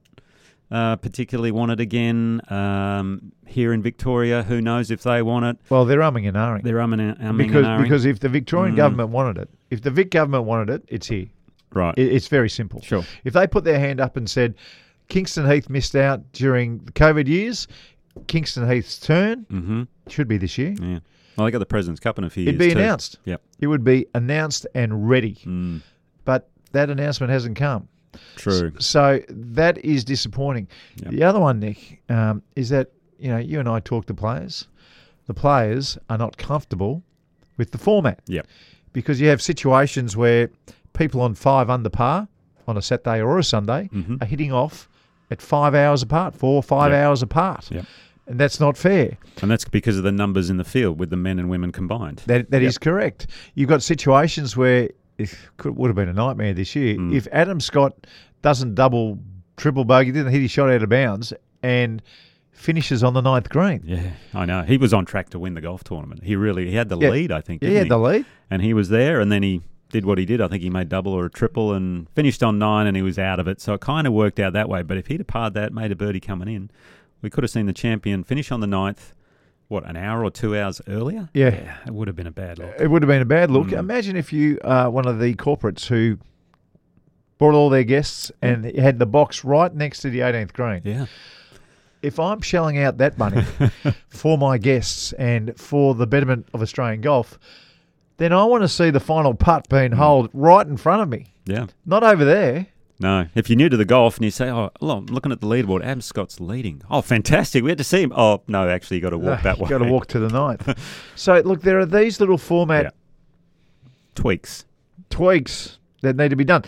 Uh, particularly want it again um, here in Victoria. Who knows if they want it?
well, they're umming and ahhing
They're umming and umming
because
and ahhing.
because if the Victorian
Mm.
government wanted it, if the Vic government wanted it, it's here.
right,
It, it's very simple.
Sure.
If they put their hand up and said, Kingston Heath missed out during the COVID years, Kingston Heath's turn
mm-hmm.
should be this year.
yeah. Well, they got the President's Cup in a few
It'd
years
be
too.
announced.
Yep.
It would be announced and ready,
Mm,
but that announcement hasn't come.
true.
So that is disappointing.
Yep.
The other one, Nick, um, is that you know you and I talk to players. The players are not comfortable with the format.
Yep.
Because you have situations where people on five under par on a Saturday or a Sunday
Mhm.
are hitting off at five hours apart, four or five
Yep.
hours apart.
Yep.
And that's not fair.
And that's because of the numbers in the field with the men and women combined.
That that is correct. You've got situations where it could, would have been a nightmare this year
Mm.
if Adam Scott doesn't double, triple bogey, didn't hit his shot out of bounds, and finishes on the ninth green.
Yeah, I know. He was on track to win the golf tournament. He really he had the
Yeah.
lead, I think.
Yeah,
Didn't
he had
he?
the lead.
and he was there, and then he did what he did. I think he made double or a triple and finished on nine, and he was out of it. So it kind of worked out that way. But if he'd have parred that, made a birdie coming in, we could have seen the champion finish on the ninth. What an hour or two hours earlier?
Yeah. Uh,
it would have been a bad look.
It would have been a bad look.
Mm.
Imagine if you are one of the corporates who brought all their guests
Mm.
and had the box right next to the 18th green.
Yeah,
If I'm shelling out
[laughs]
that money for my guests and for the betterment of Australian golf, then I want to see the final putt being
Hmm.
holed right in front of me,
yeah.
not over there.
No, if you're new to the golf and you say, "Oh, well, I'm looking at the leaderboard. Adam Scott's leading. Oh, fantastic! We had to see him. Oh, no, actually, you got to walk that way.
Got to walk to the ninth.
[laughs]
so look, there are these little format
Yeah. tweaks.
tweaks that need to be done.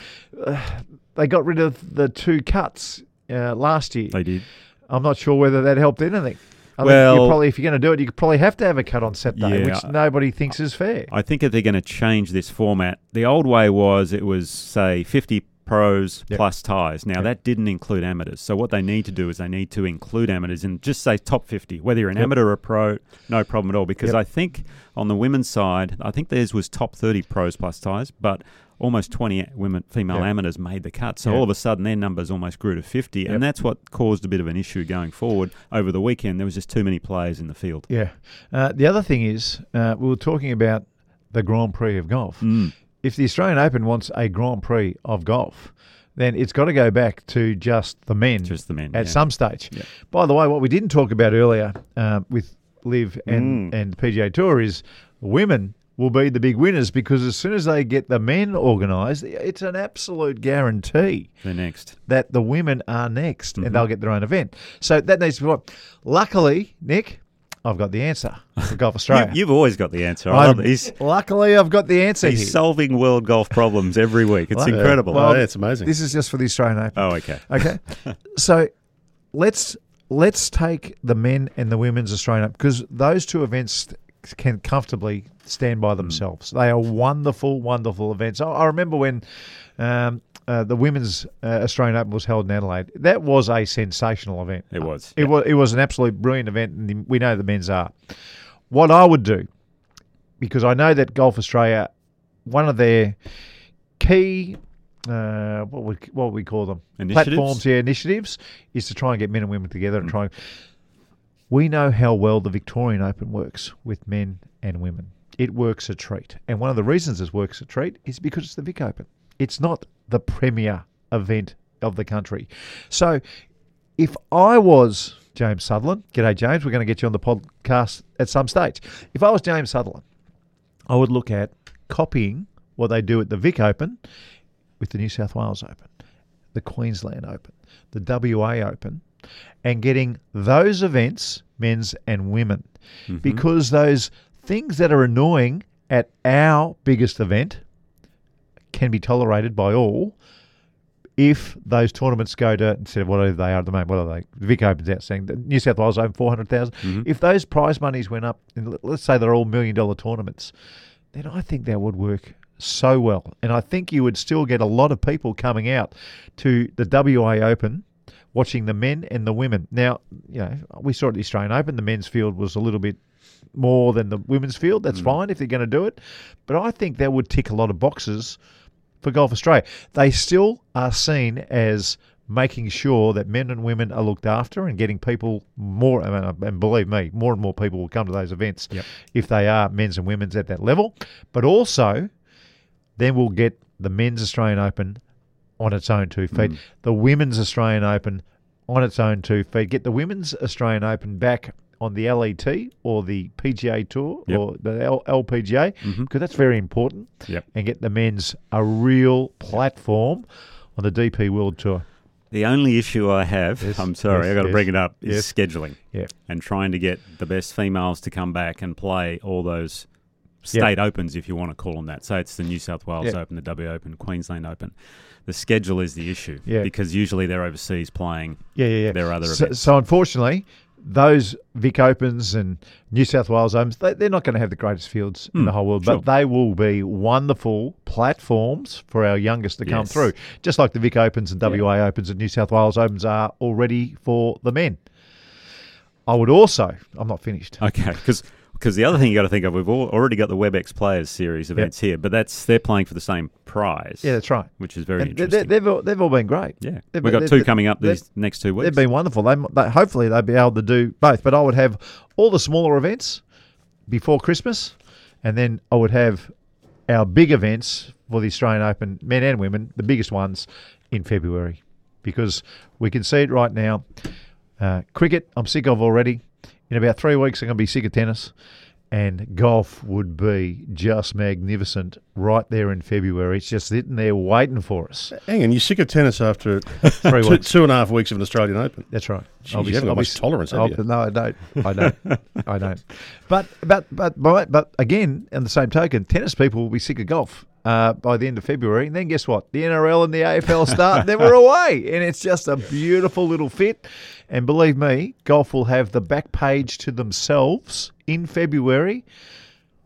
Uh, they got rid of the two cuts uh, last year.
They did.
I'm not sure whether that helped anything. I think
Well-
you probably, if you're going to do it, you probably have to have a cut on Saturday,
Yeah.
which nobody thinks is fair.
I think if they're going to change this format, the old way was it was, say, 50 pros
Yep.
plus ties. Now, that didn't include amateurs. So, what they need to do is they need to include amateurs and just say top 50, whether you're an amateur or a pro, no problem at all. Because
Yep.
I think on the women's side, I think theirs was top 30 pros plus ties, but almost 20 women, female
Yeah.
amateurs made the cut. So,
Yeah.
all of a sudden, their numbers almost grew to 50.
Yep.
And that's what caused a bit of an issue going forward. Over the weekend, there was just too many players in the field.
Yeah. Uh, the other thing is, uh, we were talking about the Grand Prix of golf.
Mm.
If the Australian Open wants a Grand Prix of golf, then it's got to go back to just the men
Just the men.
at
yeah.
some stage.
Yeah.
By the way, what we didn't talk about earlier uh, with Liv and,
Mm.
and PGA Tour is women will be the big winners because as soon as they get the men organised, it's an absolute guarantee
They're next.
that the women are next and
Mm-hmm.
they'll get their own event. So that needs to be. what- Luckily, Nick, I've got the answer
[laughs]
for Golf Australia.
You, have always got the answer. I love
I'm-
it. He's,
luckily, I've got the answer
he's
here.
solving world golf problems every week. It's
Well, yeah.
incredible.
Well,
oh, yeah, it's amazing.
this is just for the Australian Open.
oh, okay.
Okay. so let's let's take the men and the women's Australian Open because those two events can comfortably stand by themselves. They are wonderful, wonderful events. I, I remember when um, uh, the women's uh, Australian Open was held in Adelaide. That was a sensational event.
It was.
It was it was an absolute brilliant event, and the- we know the men's are. What I would do, because I know that Golf Australia, one of their key, uh, what would what would we call them
Initiatives?
platforms, yeah, initiatives, is to try and get men and women together and try. And, we know how well the Victorian Open works with men and women. It works a treat. And one of the reasons it works a treat is because it's the Vic Open. It's not the premier event of the country. So if I was James Sutherland, g'day James, we're going to get you on the podcast at some stage. If I was James Sutherland, I would look at copying what they do at the Vic Open with the New South Wales Open, the Queensland Open, the WA Open, and getting those events, men's and women, because those things that are annoying at our biggest event can be tolerated by all if those tournaments go to instead of whatever they are at the moment, what are they? The Vic Open's out saying the New South Wales Open four If those prize monies went up, and let- let's say they're all million dollar tournaments, then I think that would work so well, and I think you would still get a lot of people coming out to the WA Open. Watching the men and the women. Now, you know, we saw at the Australian Open, the men's field was a little bit more than the women's field. That's fine if they're going to do it. But I think that would tick a lot of boxes for Golf Australia. They still are seen as making sure that men and women are looked after and getting people more, I mean, and believe me, more and more people will come to those events if they are men's and women's at that level. But also, then we'll get the men's Australian Open on its own two feet,
Mm.
the women's Australian Open on its own two feet, get the women's Australian Open back on the LET or the PGA Tour
Yep. Mm-hmm.
or the L- LPGA because that's very important,
Yep.
and get the men's a real platform on the DP World Tour.
The only issue I have,
Yes,
I'm sorry,
yes,
i got to
yes,
bring it up, is
yes.
scheduling
Yeah.
and trying to get the best females to come back and play all those state opens, if you want to call them that. So it's the New South Wales
Yeah.
Open, the W Open, Queensland Open. The schedule is the issue
Yeah.
because usually they're overseas playing.
Yeah, yeah, yeah.
There are other
so,
events.
so unfortunately, those Vic Opens and New South Wales Opens, they, they're not going to have the greatest fields in the whole world,
Hmm, sure.
but they will be wonderful platforms for our youngest to come
Yes.
through. Just like the Vic Opens and WA Opens and New South Wales Opens are already for the men. I would also, I'm not finished.
Okay, because the other thing you got to think of, we've all, already got the WebEx Players Series events here, but that's they're playing for the same prize.
Yeah, that's right.
which is very
And they-
interesting.
they- they've, all, they've all been great.
yeah,
They've-
we've got
they've-
two coming up
they've-
these next two weeks.
They've been wonderful. They, they hopefully they'll be able to do both. But I would have all the smaller events before Christmas, and then I would have our big events for the Australian Open, men and women, the biggest ones in February, because we can see it right now. Uh, cricket, I'm sick of already. In about three weeks, I'm going to be sick of tennis. And golf would be just magnificent right there in February. It's just sitting there waiting for us.
Hang on, you're sick of
[laughs]
tennis after
Three
two,
weeks.
two and a half weeks of an Australian Open.
That's right.
Jeez, you haven't got much tolerance, have
I'll-
you?
No, I don't. I don't.
[laughs]
I don't. But but but but but again, on the same token, tennis people will be sick of golf uh, by the end of February, and then guess what? The NRL and the AFL start,
[laughs]
and then we're away, and it's just a beautiful little fit. And believe me, golf will have the back page to themselves in February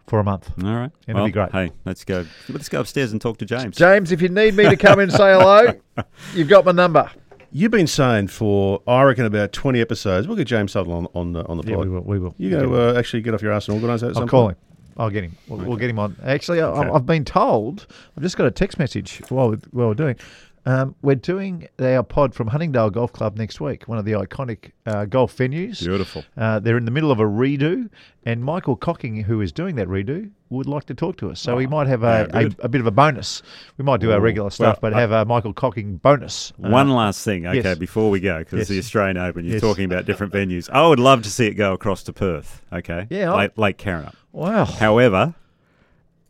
for a month.
all right.
It'll
well,
be great.
Hey, let's go. Let's go upstairs and talk to James.
James, if you need me to come and say
[laughs]
hello, you've got my number.
You've been saying for, I reckon, about 20 episodes. We'll get James Sutherland on, on the, on the pod.
Yeah, we will. We will.
You going to uh, actually get off your ass and organise that at
I'll
some
call
point?
him. I'll get him. We'll, we'll get him on. Actually, I, I- I've been told. I've just got a text message while we're, while we're doing. Um, we're doing our pod from Huntingdale Golf Club next week, one of the iconic uh, golf venues.
Beautiful.
Uh, they're in the middle of a redo, and Michael Cocking, who is doing that redo, would like to talk to us. So we might have a,
Oh. yeah,
a,
good.
a bit of a bonus. We might do our regular stuff,
Well,
but have a Michael Cocking bonus. Uh,
One last thing, okay,
yes.
before we go, because
Yes.
the Australian Open, you're
Yes.
talking about different venues. I would love to see it go across to Perth, okay?
Yeah, I-
Lake, Lake Carrinup.
Wow.
However,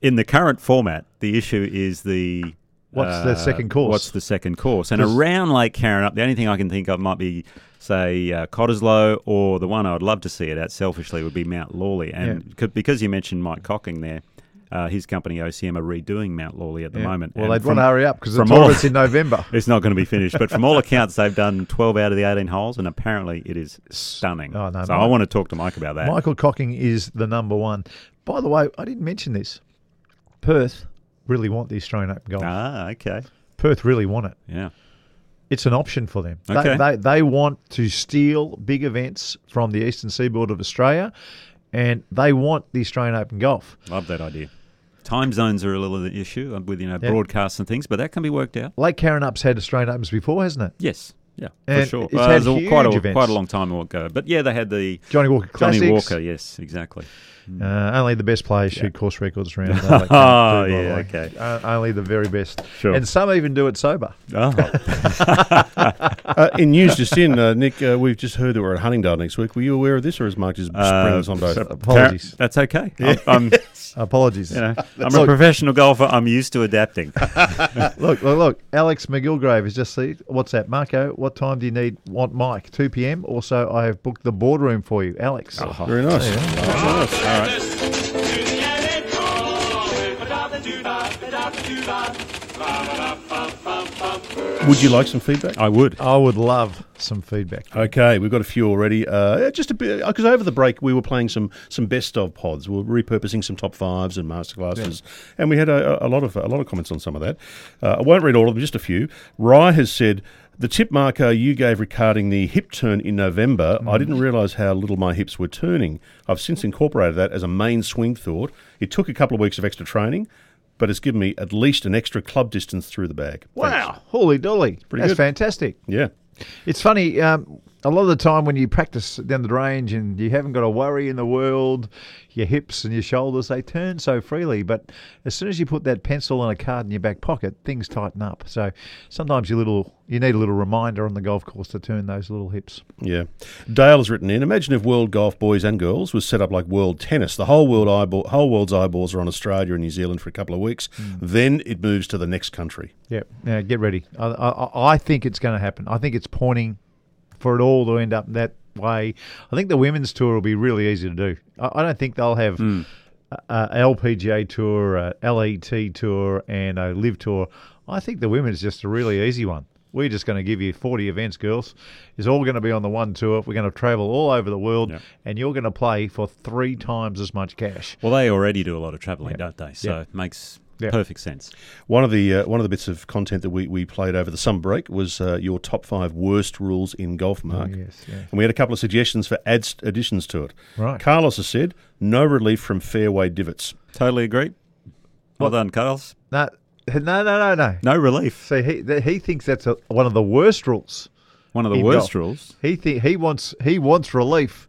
in the current format, the issue is the. uh,
What's the second course?
What's the second course? And around Lake Carrinup, the only thing I can think of might be, say, uh, Cottesloe, or the one I'd love to see it at selfishly would be Mount Lawley. And c- because you mentioned Mike Cocking there, uh, his company OCM are redoing Mount Lawley at the
Yeah.
moment.
Well,
and
they'd
from-
want to hurry up because the
from all-
tournament's
[laughs]
in November.
it's not going to be finished, but from all accounts, they've done 12 out of the 18 holes, and apparently it is stunning.
Oh, no,
so
Mike-
I want to talk to Mike about that.
Michael Cocking is the number one. By the way, I didn't mention this. Perth really want the Australian Open golf.
Ah, okay.
Perth really want it.
Yeah.
It's an option for them.
Okay.
They, they, they want to steal big events from the eastern seaboard of Australia and they want the Australian Open golf.
Love that idea. Time zones are a little of the issue uh, with you know
Yeah.
broadcasts and things, but that can be worked out.
Lake Karen Up's had Australian Opens before, hasn't it?
Yes, yeah, for
And
sure. Uh,
it's had
it was a- quite a
huge events.
quite a long time ago, but yeah, they had the
Johnny Walker Classics.
Johnny Walker. Yes, exactly.
Uh, only the best players shoot course records around.
[laughs]
They like that
Oh,
too, by the
yeah,
way.
okay.
Uh, only the very best.
Sure.
And some even do it sober.
Oh,
Uh, in news
[laughs]
just in, uh, Nick, uh, we've just heard that we're at Huntingdale next week. Were you aware of this, or is Mark just
Uh,
springing us on both?
Apologies.
that's
[laughs]
okay. I'm, I'm,
Apologies. [laughs]
you know, I'm a professional golfer. I'm used to adapting.
Look, look, look. Alex McGilgrave has just said, "What's that, Marco? What time do you need? Want Mike? 2 p.m. Also, I have booked the boardroom for you, Alex.
Very nice. Would you like some feedback?
I would.
I would love some feedback.
Okay, we've got a few already. Uh, just a bit because over the break we were playing some some best of pods. We were repurposing some top fives and masterclasses, and we had a, a lot of a lot of comments on some of that. Uh, I won't read all of them, just a few. Rye has said. The tip marker you gave regarding the hip turn in November, I didn't realise how little my hips were turning. I've since incorporated that as a main swing thought. It took a couple of weeks of extra training, but it's given me at least an extra club distance through the bag. Thanks.
Wow, holy dolly!
Pretty
That's
good.
fantastic.
Yeah.
It's funny. Um, a lot of the time when you practice down the range and you haven't got a worry in the world, your hips and your shoulders they turn so freely. But as soon as you put that pencil and a card in your back pocket, things tighten up. So sometimes you little you need a little reminder on the golf course to turn those little hips.
Yeah. Dale has written in Imagine if world golf boys and girls was set up like world tennis. The whole world eyeball, whole world's eyeballs are on Australia and New Zealand for a couple of weeks.
Hmm.
Then it moves to the next country.
Yeah, yeah. Get ready. I, I, I think it's going to happen. I think it's pointing for it all to end up that way. I think the women's tour will be really easy to do. I, I don't think they'll have a, a LPGA tour, a LET tour, and a Live tour. I think the women's just a really easy one. We're just going to give you 40 events, girls. It's all going to be on the one tour. We're going to travel all over the world, and you're going to play for three times as much cash.
Well, they already do a lot of traveling, don't they? So it makes
Yeah.
perfect sense.
One of the uh, one of the bits of content that we, we played over the summer break was uh, your top five worst rules in golf, Mark.
Oh, yes, yeah.
And we had a couple of suggestions for adds additions to it.
Right.
Carlos has said no relief from fairway divots.
Totally agree. Well done, Carlos.
No, no, no, no, no.
No relief.
So he th- he thinks that's a, one of the worst rules.
One of the
in
worst
golf.
rules.
He thi- he wants he wants relief.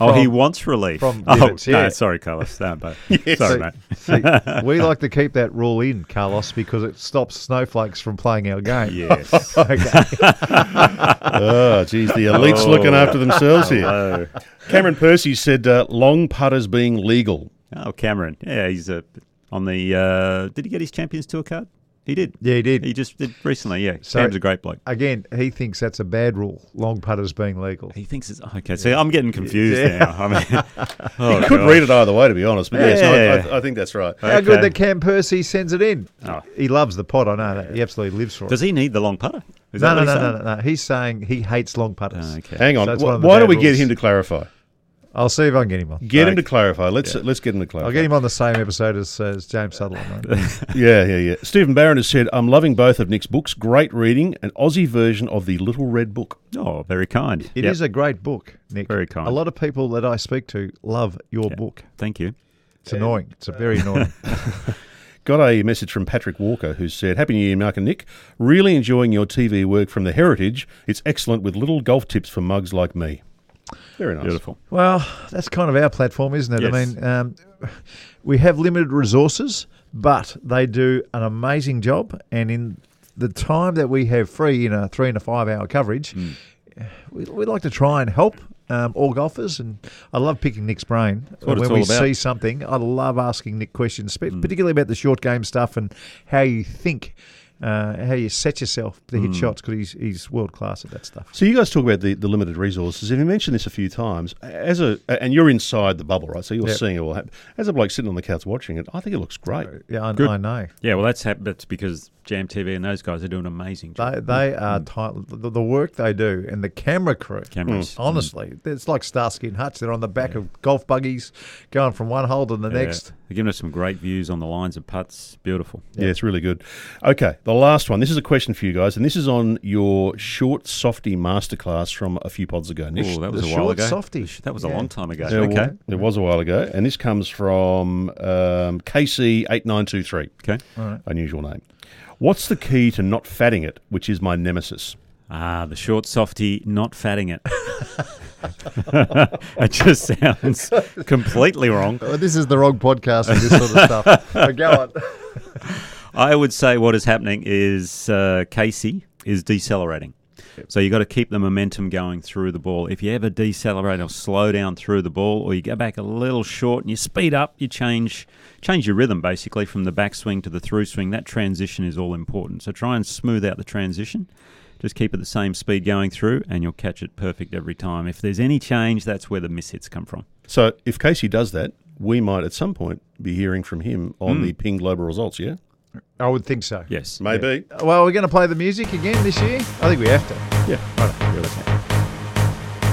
oh, he
from-
wants relief.
from
oh,
divots,
no,
yeah.
sorry, Carlos. No,
[laughs]
but
So-
sorry, mate.
see,
[laughs]
we like to keep that rule in, Carlos, because it stops snowflakes from playing our game.
Yes.
[laughs] Okay.
oh, [laughs] geez, the elites
Oh.
looking after themselves here.
[laughs]
Cameron Percy said uh, long putters being legal.
Oh, Cameron. Yeah, he's uh, on the. Uh, did he get his Champions Tour card? He did.
Yeah, he did.
He just did recently. Yeah,
So-
Sam's a great bloke.
Again, he thinks that's a bad rule. Long putters being legal.
He thinks it's okay. See, I'm getting confused now.
[laughs]
I mean, [laughs] oh,
Could read it either way, to be honest. But yes, I- I,
Yeah.
I think that's right.
How
Okay.
good that Cam Percy sends it in.
Oh.
He loves the pot. I know that. He absolutely lives for it.
Does he need the long putter? Is
no,
that what
no,
he's
no, no,
saying?
no, no. He's saying he hates long putters.
Oh, okay.
Hang on.
So that's
Wh-
one of the
why
bad
don't we get
rules.
him to clarify?
I'll see if I can get him on.
Get him to clarify. Let's let's get him to clarify.
I'll get him on the same episode as, as James Sutherland.
[laughs]
right?
[laughs] Yeah, yeah, yeah. Stephen Barron has said, "I'm loving both of Nick's books. Great reading. An Aussie version of the Little Red Book.
Oh, very kind.
It is a great book, Nick.
Very kind.
A lot of people that I speak to love your book.
Thank you.
It's annoying. It's a
[laughs]
very annoying.
Got a message from Patrick Walker who said, Happy New Year, Mark and Nick. Really enjoying your TV work from the Heritage. It's excellent with little golf tips for mugs like me. Very nice.
Beautiful.
well, that's kind of our platform, isn't it? I
Yes.
mean, um, we have limited resources, but they do an amazing job. And in the time that we have free in a three and a five hour coverage,
Hmm.
we, we like to try and help. Um, all golfers, and I love picking Nick's brain.
what
when
it's
we
all about. Hmm.
see something, I love asking Nick questions, spe- particularly about the short game stuff and how you think, uh, how you set yourself to hit
Hmm.
shots because he's, he's world class at that stuff.
So you guys talk about the, the limited resources. If you mentioned this a few times, as a and you're inside the bubble, right? So you're
Yep.
seeing it all happen. As a bloke sitting on the couch watching it, I think it looks great.
Yeah, I,
Good.
I know.
Yeah, well, that's hap- that's because Jam TV and those guys are doing an amazing job.
They,
Mm.
they are tight. The, the work they do and the camera crew. Mm.
Cameras. Mm.
Honestly, it's like Starsky and Hutch. They're on the back of golf buggies, going from one hole to the
Yeah.
next.
They're giving us some great views on the lines of putts. Beautiful.
Yeah, it's really good. Okay, the last one. This is a question for you guys, and this is on your short softy masterclass from a few pods ago, Nick.
Oh, that was
the
a while
short
ago.
softy.
That was a
Yeah.
long time ago.
There wa-
okay.
It was a while ago, and this comes from um, KC8923.
Okay.
Unusual name. What's the key to not fatting it, which is my nemesis?
Ah, the short softy not fatting it. [laughs] it just sounds completely wrong.
Well, this is the wrong podcast for this sort of stuff.
[laughs]
But go on.
I would say what is happening is uh, Casey is decelerating. So you got to keep the momentum going through the ball. If you ever decelerate or slow down through the ball, or you go back a little short and you speed up, you change change your rhythm basically from the backswing to the through swing. That transition is all important. So try and smooth out the transition. Just keep at the same speed going through, and you'll catch it perfect every time. If there's any change, that's where the mishits come from.
So if Casey does that, we might at some point be hearing from him on
Hmm.
the Ping Global results, yeah?
I would think so.
Yes.
Maybe.
Well, we're going to play the music again this year. I think we have to.
Yeah. Right. Yeah, that's it.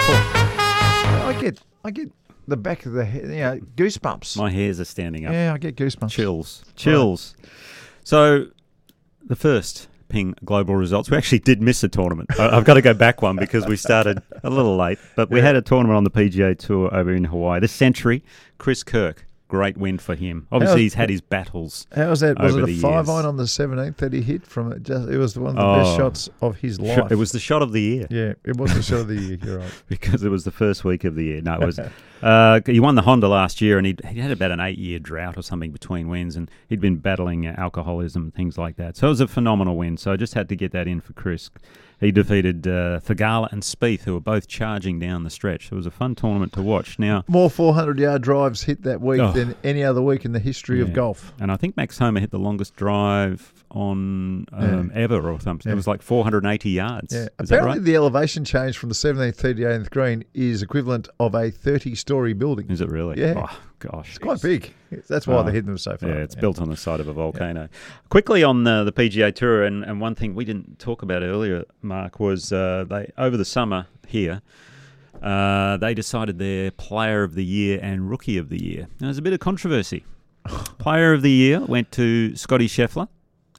I get, I get the back of the head, you know, goosebumps.
My hairs are standing up.
yeah, I get goosebumps.
Chills. Chills. So, the first Ping Global results, we actually did miss a tournament. I- I've got to go back one because we started a little late, but we had a tournament on the PGA Tour over in Hawaii. The century, Chris Kirk. Great win for him. Obviously, he's had his battles.
How was that? Was
over
it a
the
five
years.
iron on the seventeenth that he hit from it? Just it was one of the best
Oh.
shots of his
Sh-
life.
It was the shot of the year
yeah, it was the shot of the
[laughs]
year. You're right.
because it was the first week of the year. No, it was. uh, he won the Honda last year, and he'd, he had about an eight-year drought or something between wins, and he'd been battling uh, alcoholism and things like that. So it was a phenomenal win. So I just had to get that in for Chris. He defeated uh, Thagala and Spieth, who were both charging down the stretch. It was a fun tournament to watch. Now,
More 400 yard drives hit that week
Oh.
than any other week in the history of
Yeah.
golf.
and I think Max Homer hit the longest drive on um, ever or something. It
Yeah.
was like 480 yards.
Yeah.
Is that
Apparently,
right?
the elevation change from the 17th to the 18th green is equivalent of a 30 story building.
Is it really?
Yeah.
Oh, gosh.
It's quite big. That's why
Oh.
they're hitting them so far.
Yeah, it's built on the side of a volcano. Quickly on the, the PGA Tour, and, and one thing we didn't talk about earlier, Mark, was uh, they over the summer here, uh, they decided their Player of the Year and Rookie of the Year. Now, there's a bit of
[laughs]
controversy. Player of the Year went to Scotty Scheffler,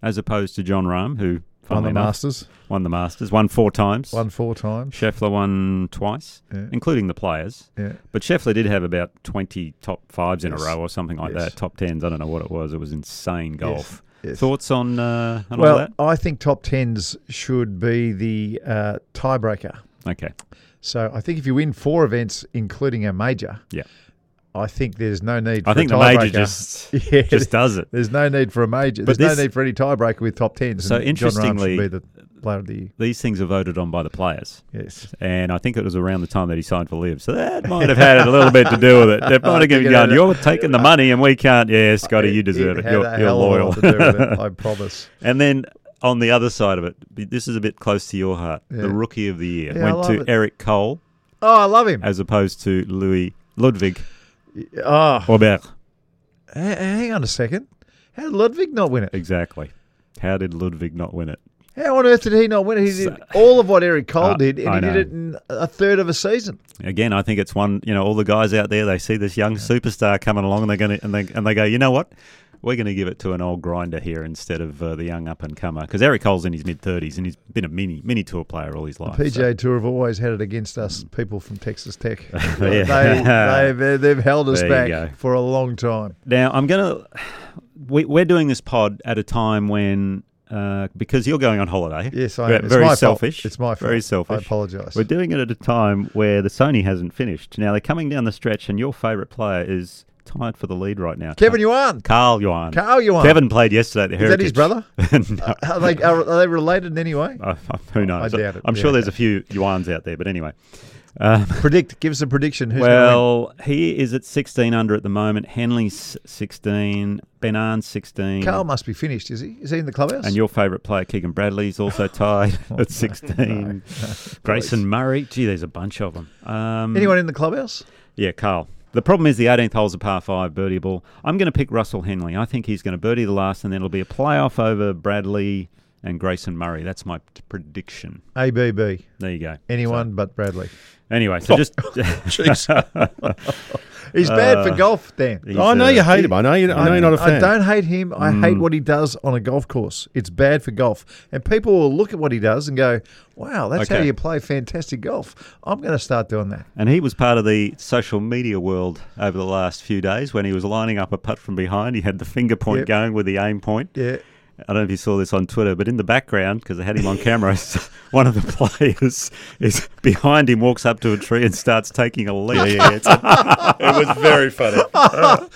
as opposed to John Rahm, who
on the
funnily enough,
Masters.
won the Masters, won four times.
Won four times.
Scheffler won twice,
Yeah.
including the players.
Yeah.
But Scheffler did have about 20 top fives in a
Yes.
row or something like
Yes.
that, top tens. I don't know what it was. It was insane golf.
yes.
Thoughts on, uh, on all
Well,
that?
I think top 10s should be the uh, tiebreaker.
Okay.
So I think if you win four events, including a major,
Yeah.
I think there's no need for
I think
a
the major
tiebreaker.
just,
[laughs] Yeah.
just does it.
There's no need for a major.
But
There's no
this-
need for any tiebreaker with top tens.
So
and John Rahm should
interestingly-
be the player of the year.
These things are voted on by the players.
Yes.
And I think it was around the time that he signed for Live. So
[laughs]
that might have had a little bit to do with it. They might have given
it
going,
had a-
you're
[laughs]
taking the money and we can't. Yeah, Scotty, you deserve it.
had
You're,
a
you're
hell of a
loyal.
lot to do with
[laughs]
it, I promise.
And then on the other side of it, b- this is a bit close to your heart.
Yeah.
The Rookie of the Year
Yeah, I
went
love
to
it.
Eric Cole
Oh, I love him.
as opposed to Louis Ludwig
Oh,
Robert.
h- hang on a second. How did Ludwig not win it?
Exactly. How did Ludwig not win it?
How on earth did he not win it? He did all of what Eric Cole
Uh,
did, and
I
he
know.
did it in a third of a season.
Again, I think it's one. You know, all the guys out there they see this young superstar coming along, and they're going to and they and they go, you know what? We're going to give it to an old grinder here instead of uh, the young up and comer because Eric Cole's in his mid thirties and he's been a mini mini tour player all his life. so-
PGA Tour have always had it against us, people from Texas Tech.
Mm. [laughs] Yeah.
they, they, they've held us
There you
back
go.
for a long time.
Now I'm gonna. We, we're doing this pod at a time when uh, because you're going on holiday.
Yes, I
Ve-
am. It's
Very
my fault.
selfish.
It's my fault.
Very selfish.
I apologise.
We're doing it at a time where the Sony hasn't finished. Now they're coming down the stretch, and your favourite player is tied for the lead right now.
Kevin Yuan.
Carl Yuan.
Carl Yuan.
Kevin played yesterday at the
Is that
Heritage.
his brother?
[laughs] no.
Are they, are, are they related in any way?
[laughs] Uh, who knows?
I doubt it.
I'm sure
Yeah,
there's a few Yuans out there, but anyway. Um,
Predict. Give us a prediction. Who's going
well, he is at 16 under at the moment. Henley's 16. Benarn's 16.
Carl must be finished. Is he? Is he in the clubhouse?
And your favourite player, Keegan Bradley's
[laughs]
also tied at 16. [laughs] Grayson Murray. Gee, there's a bunch of them. Um,
Anyone in the clubhouse?
Yeah, Carl. The problem is the 18th hole's a par five birdie ball. I'm going to pick Russell Henley. I think he's going to birdie the last, and then it'll be a playoff over Bradley and Grayson Murray. That's my t- prediction.
ABB.
There you go.
Anyone but Bradley.
So- anyway, so
Oh.
just [laughs]
[laughs] Jeez.
He's bad for golf, Dan.
Uh, He's,
I know you
uh,
hate him. I know, you, I know you're not a fan.
I don't hate him. I hate what he does on a golf course. It's bad for golf. And people will look at what he does and go, wow, that's how
Okay.
you play fantastic golf. I'm going to start doing that.
And he was part of the social media world over the last few days when he was lining up a putt from behind. He had the finger point
Yep.
going with the aim point.
Yeah.
I don't know if you saw this on Twitter, but in the background, because I had him on camera, [laughs] s- one of the players is behind him, walks up to a tree and starts taking a leap. [laughs]
it was very funny.
Have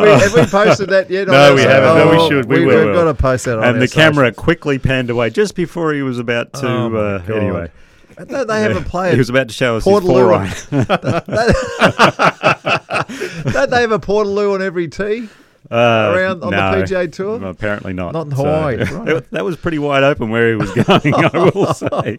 we, have we posted that yet? Oh,
No, we haven't. No, we should. We will.
have got to post that on
and
our
the camera
socials.
quickly panned away just before he was about to.
Oh, my
uh,
God.
anyway,
Don't
[laughs]
they have a player?
he was about to show us his
Portaloo
forearm.
on- Don't they have a Portaloo on every tee?
Uh,
[laughs] Around on the PGA Tour?
No, Apparently not.
Not in Hawaii, right.
[laughs] that- that was pretty wide open where he was [laughs] going, I will
[laughs]
say.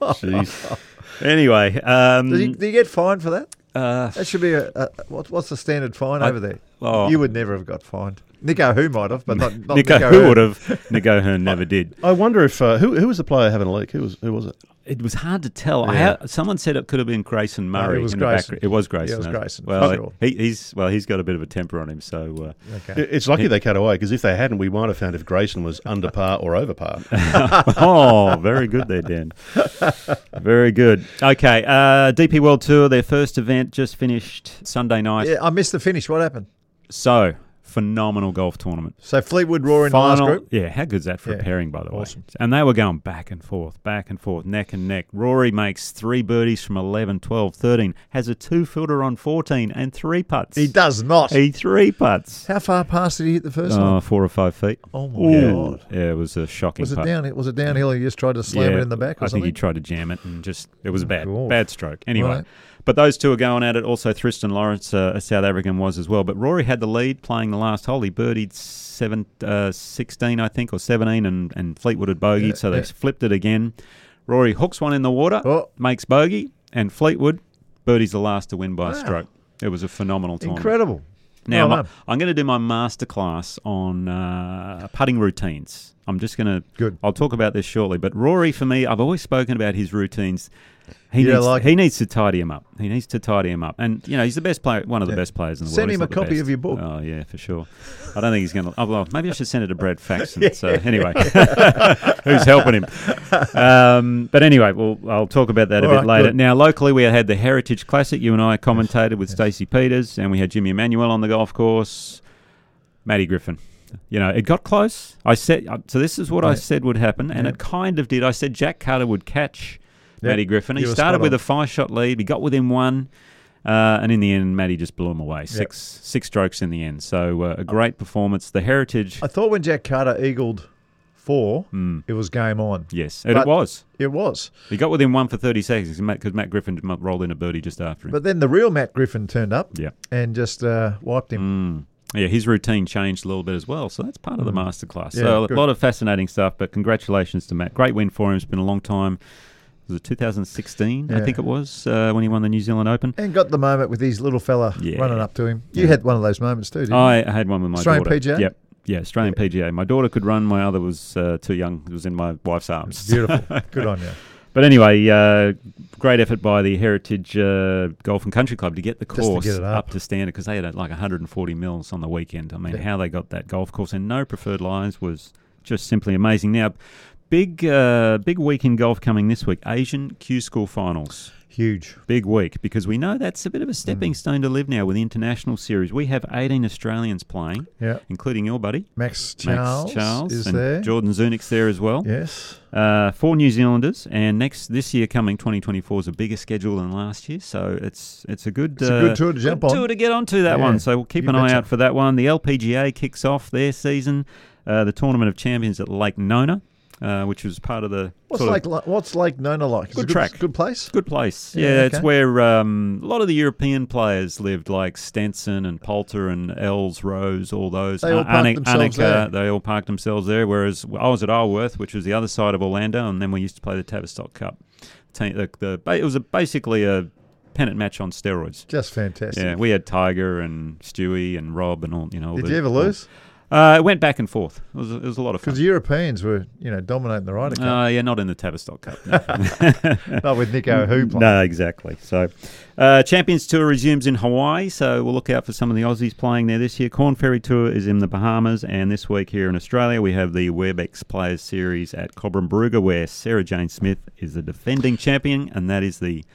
Anyway, um,
Do you, do you get fined for that?
uh,
That should be a, a what, what's the standard fine over there?
oh.
You would never have got fined. Nico who might have, but not, not
Nico,
Nico.
who would have? Nico Hearn never
[laughs]
did.
I wonder if uh, who who was the player having a leak? Who was who was it?
It was hard to tell. I
Yeah.
ha- someone said it could have been Grayson
it
Murray.
was
in the back-
Grayson.
it was Grayson.
Yeah, it was
uh,
Grayson, for
Well,
sure.
he, he's well, he's got a bit of a temper on him, so.
[laughs]
Uh,
Okay.
It- It's lucky they cut away because if they hadn't, we might have found if Grayson was
[laughs]
under par or over par.
oh, very good there,
[laughs]
Dan. Very good. Okay, uh, DP World Tour, their first event just finished Sunday night.
Yeah, I missed the finish. What happened?
So phenomenal golf tournament.
So Fleetwood Roar in the last group.
yeah. How good's that for a
Yeah,
pairing, by the way?
awesome.
And they were going back and forth, back and forth, neck and neck. Rory makes three birdies from 11, 12, 13, has a two footer on 14, and three putts.
He does not.
He three putts.
How far past did he hit the first one?
Uh, four or five feet.
Oh my
yeah.
god!
Yeah, it was a shocking.
Was it
putt.
down? It was it downhill. He just tried to slam
Yeah,
it in the back or
I
something.
think he tried to jam it and just it was a bad
God.
bad stroke. Anyway,
Right.
but those two are going at it. Also, Tristan Lawrence, uh, a South African, was as well. But Rory had the lead playing the last hole. He birdied seven, uh, 16, I think, or seventeen, and and Fleetwood had bogeyed, so they flipped it again. Rory hooks one in the water,
Oh.
makes bogey, and Fleetwood birdies the last to win by a stroke. It was a phenomenal tournament.
Incredible.
Now,
Well
my-
done.
I'm going to do my masterclass on uh, putting routines. I'm just going to.
Good.
I'll talk about this shortly. But Rory, for me, I've always spoken about his routines. He
You don't
needs
like
he needs to tidy him up. He needs to tidy him up. And you know, he's the best player, one of the
Yeah.
best players in the
Send
world. He's
him
not
a
the
copy
best.
of your book.
Oh yeah, for sure. I don't think he's going to. Oh, well, maybe I should send it to Brad
[laughs]
Faxon. So anyway, who's helping him? Um, but anyway, well, I'll talk about that a
All
bit
right,
later.
good.
Now, locally, we had the Heritage Classic. You and I commentated with Stacey Peters, and we had Jimmy Emanuel on the golf course. Matty Griffin. You know, it got close. I said uh, so. This is what I said would happen, and it kind of did. I said Jack Carter would catch Matty Griffin. He
You were
started
spot
with
on.
a five-shot lead. He got within one, uh, and in the end, Matty just blew him away. Six six strokes in the end. So uh, a great performance. The Heritage.
I thought when Jack Carter eagled four,
Hmm.
it was game on.
Yes, and it
but-
was.
It was.
He got within one for 30 seconds because Matt Griffin m- rolled in a birdie just after him.
But then the real Matt Griffin turned up
Yeah.
and just uh, wiped him.
Yeah, his routine changed a little bit as well, so that's part of the masterclass.
Mm. Yeah,
so a
good.
lot of fascinating stuff, but congratulations to Matt. Great win for him. It's been a long time. Was it 2016, I
Yeah.
think it was, uh, when he won the New Zealand Open?
And got the moment with his little fella
Hmm. Yeah.
running up to him. You had one of those moments too, didn't you?
I had one with my
Australian
daughter.
PGA?
Yep. Yeah, Australian PGA. My daughter could run, my other was uh, too young. It was in my wife's arms. [laughs]
Beautiful. Good on you.
But anyway, uh, great effort by the Heritage uh, Golf and Country Club to get the
to get
course
it up.
to standard because they had uh, like 140 mils on the weekend. I mean, how they got that golf course and no preferred lines was just simply amazing. Now, big uh, big week in golf coming this week. Asian Q School Finals.
Huge.
Big week because we know that's a bit of a
Mm.
stepping stone to live now with the international series. We have 18 Australians playing,
Yeah.
including your buddy.
Max
Max
Charles,
Charles
is
and
there.
Jordan Zunick's there as well
Yes.
uh, four New Zealanders, and next this year coming 2024 is a bigger schedule than last year, so it's it's a good
It's a good tour to jump on.
tour to get onto that
Yeah,
one. So we'll keep
you
an eye
betcha.
out for that one. The LPGA kicks off their season, uh, the Tournament of Champions at Lake Nona. uh, which was part of the
What's
sort of-
like what's like Nona like? Is
Good
it
track.
good place.
Good place.
Yeah,
Yeah, it's
okay.
where um, a lot of the European players lived, like Stenson and Poulter and Els Rose, all those.
They all
An-
parked themselves there.
They all parked themselves there. Whereas I was at Isleworth, which was the other side of Orlando, and then we used to play the Tavistock Cup. Ta- The, the, ba- it was a, basically a pennant match on steroids.
Just fantastic.
Yeah, we had Tiger and Stewie and Rob and all. You know, all
Did
the-
you ever lose?
Uh, it went back and forth. It was, it was a lot of
Because
fun.
the Europeans were, you know, dominating the Ryder Cup.
Uh, yeah, not in the Tavistock Cup. no.
not with Nico Hoopla.
No, exactly. So, uh, Champions Tour resumes in Hawaii, so we'll look out for some of the Aussies playing there this year. Corn Ferry Tour is in the Bahamas, and this week here in Australia, we have the WebEx Players Series at Cobram Brugger, where Sarah Jane Smith is the defending champion, and that is the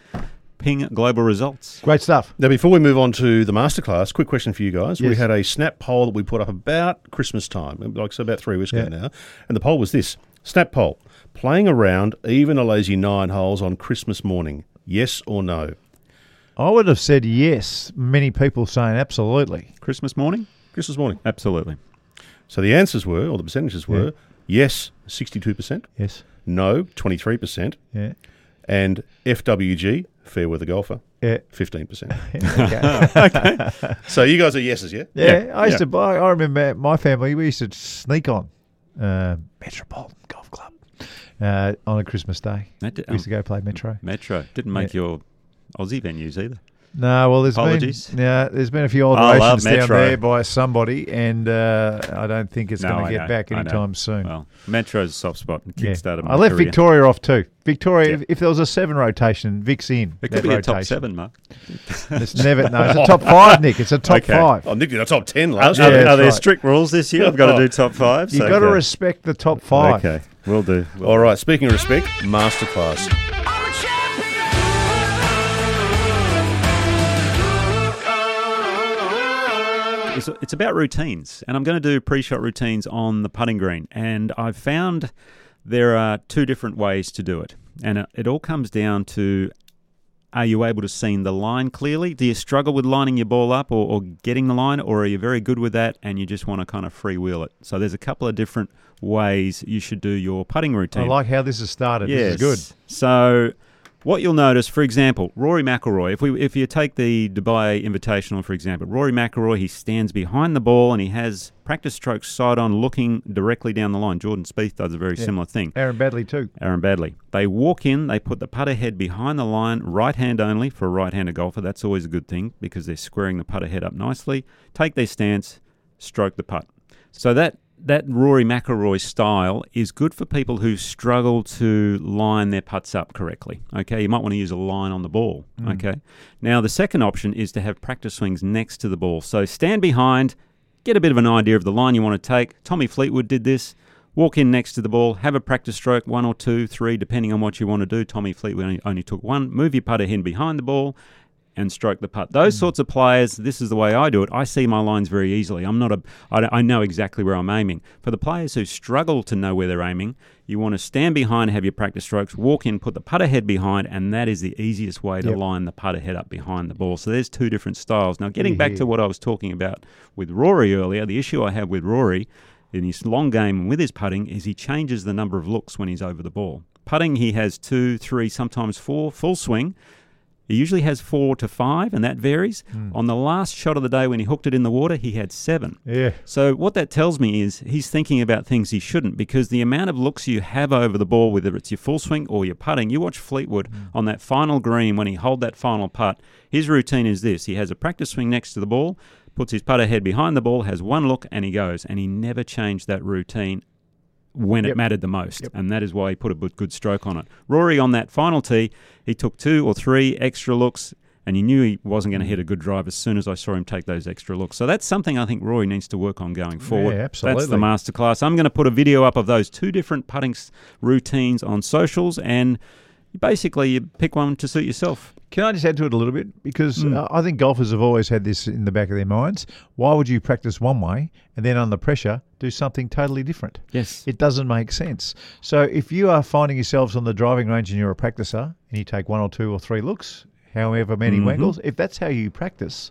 Ping Global Results.
Great stuff.
Now, before we move on to the masterclass, quick question for you guys. We
Yes.
had a snap poll that we put up about Christmas time, like so about three weeks ago now. And the poll was this snap poll playing around even a lazy nine holes on Christmas morning. Yes or no?
I would have said yes. Many people saying absolutely.
Christmas morning?
Christmas morning.
Absolutely.
So the answers were, or the percentages were, yes, 62%,
Yes.
no, 23%,
Yeah.
and FWG, fair weather golfer,
Yeah. [laughs]
15%.
Okay.
so you guys are yeses, yeah?
yeah. I used
Yeah.
to buy. I remember my family. We used to sneak on uh, Metropolitan Golf Club uh, on a Christmas day.
That um, did-
we used to go play Metro.
Metro. Didn't make your Aussie venues either.
No, well, there's
Apologies.
been yeah, there's been a few
I love
alterations down
Metro.
there by somebody, and uh, I don't think it's
No,
going
I
to get
know,
back
I know.
anytime soon.
Well, Metro's a soft spot. and
Yeah.
Kickstarted my
I left
career.
Victoria off too. Victoria,
Yeah.
if, if there was a seven rotation, Vic's in.
It
that
could be a top
rotation.
seven, Mark.
It's never
[laughs]
no, it's a top five, Nick. It's a top
Okay.
five.
Oh, Nick did a top 10 last
Yeah,
are
year.
that's
are there
right.
strict rules this year? I've got to do top five.
You've
so-
got to
Okay.
respect the top five.
Okay, will do. Will
All right, speaking of respect, masterclass.
It's, it's about routines, and I'm going to do pre shot routines on the putting green. And I've found there are two different ways to do it. And it, it all comes down to are you able to seam the line clearly? Do you struggle with lining your ball up or, or getting the line, or are you very good with that and you just want to kind of freewheel it? So there's a couple of different ways you should do your putting routine.
I like how this has started.
Yes.
This is
good. So what you'll notice, for example, Rory McIlroy. If we if you take the Dubai Invitational, for example, Rory McIlroy, he stands behind the ball and he has practice strokes side on, looking directly down the line. Jordan Spieth does a very similar thing.
good. Aaron Badley too.
Aaron Badley. They walk in, they put the putter head behind the line, right hand only for a right hander golfer. That's always a good thing because they're squaring the putter head up nicely. Take their stance, stroke the putt. So that that Rory McIlroy style is good for people who struggle to line their putts up correctly. Okay, you might want to use a line on the ball. Okay. Now the second option is to have practice swings next to the ball. So stand behind, get a bit of an idea of the line you want to take. Tommy Fleetwood did this. Walk in next to the ball, have a practice stroke, one or two, three, depending on what you want to do. Tommy Fleetwood only, only took one. Move your putter in behind the ball and stroke the putt. Those sorts of players, this is the way I do it. I see my lines very easily. I'm not a, I, don't- I know exactly where I'm aiming. For the players who struggle to know where they're aiming, you want to stand behind, have your practice strokes, walk in, put the putter head behind, and that is the easiest way to line the putter head up behind the ball. So there's two different styles. Now, getting back to what I was talking about with Rory earlier, the issue I have with Rory in his long game and with his putting is he changes the number of looks when he's over the ball. Putting, he has two, three, sometimes four, full swing. He usually has four to five, and that varies. On the last shot of the day when he hooked it in the water, he had seven.
Yeah.
So what that tells me is he's thinking about things he shouldn't because the amount of looks you have over the ball, whether it's your full swing or your putting, you watch Fleetwood on that final green when he hold that final putt. His routine is this: he has a practice swing next to the ball, puts his putter head behind the ball, has one look, and he goes. And he never changed that routine when it mattered the most, and that is why he put a bu- good stroke on it. Rory on that final tee, he took two or three extra looks, and you knew he wasn't
Mm.
going to hit a good drive as soon as I saw him take those extra looks. So that's something I think Rory needs to work on going forward.
absolutely.
That's the masterclass. I'm going to put a video up of those two different putting s- routines on socials, and basically you pick one to suit yourself.
Can I just add to it a little bit? Because
Hmm.
uh, I think golfers have always had this in the back of their minds. Why would you practice one way and then under pressure do something totally different?
Yes.
It doesn't make sense. So if you are finding yourselves on the driving range and you're a
Mm-hmm.
practicer and you take one or two or three looks, however many wangles, if that's how you practice,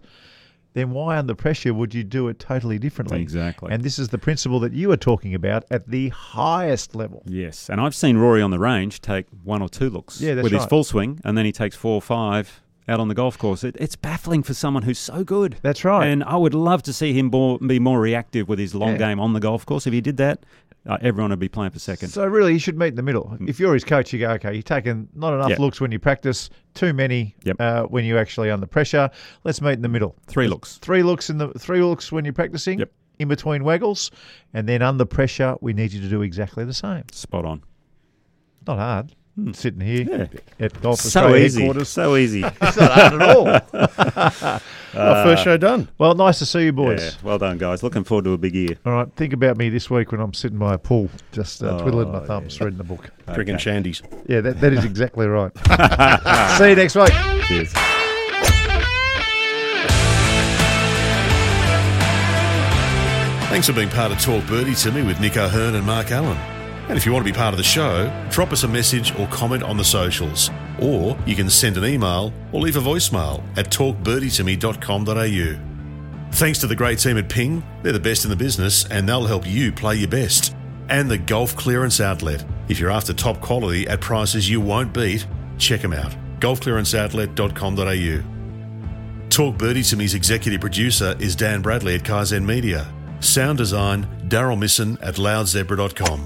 then why under pressure would you do it totally differently?
Exactly.
And this is the principle that you are talking about at the highest level.
Yes, and I've seen Rory on the range take one or two looks
Yeah, that's
with his
right.
full swing, and then he takes four or five out on the golf course. It, it's baffling for someone who's so good.
That's right.
And I would love to see him more, be more reactive with his long
Yeah.
game on the golf course. If he did that, uh, everyone would be playing for second.
So really, you should meet in the middle. If you're his coach, you go, okay, you're taking not enough
Mm. Yeah.
looks when you practice, too many
Yep.
uh, when you actually under pressure. Let's meet in the middle.
Three looks.
Three looks in the three looks when you're practicing.
Yep.
In between waggles, and then under pressure, we need you to do exactly the same.
Spot on.
Not hard. Sitting here
Hmm. Yeah.
at Golf
So
Australia
easy.
headquarters.
So [laughs] easy.
It's not hard
[laughs]
at all. [laughs]
Well, first show done.
Well, nice to see you boys.
Uh, Yeah, well done, guys. Looking forward to a big year.
All right, think about me this week when I'm sitting by a pool, just uh, twiddling
Oh,
my thumbs, reading the book.
Drinking shandies.
Yeah, that, that is exactly right. [laughs] See you next week.
Cheers.
Thanks for being part of Talk Birdie to me with Nick O'Hearn and Mark Allen. And if you want to be part of the show, drop us a message or comment on the socials. Or you can send an email or leave a voicemail at talkbirdietome.com.au. Thanks to the great team at Ping, they're the best in the business and they'll help you play your best. And the Golf Clearance Outlet. If you're after top quality at prices you won't beat, check them out. golfclearanceoutlet.com.au. Talk Birdie to Me's executive producer is Dan Bradley at Kaizen Media. Sound design, Daryl Misson at loudzebra.com.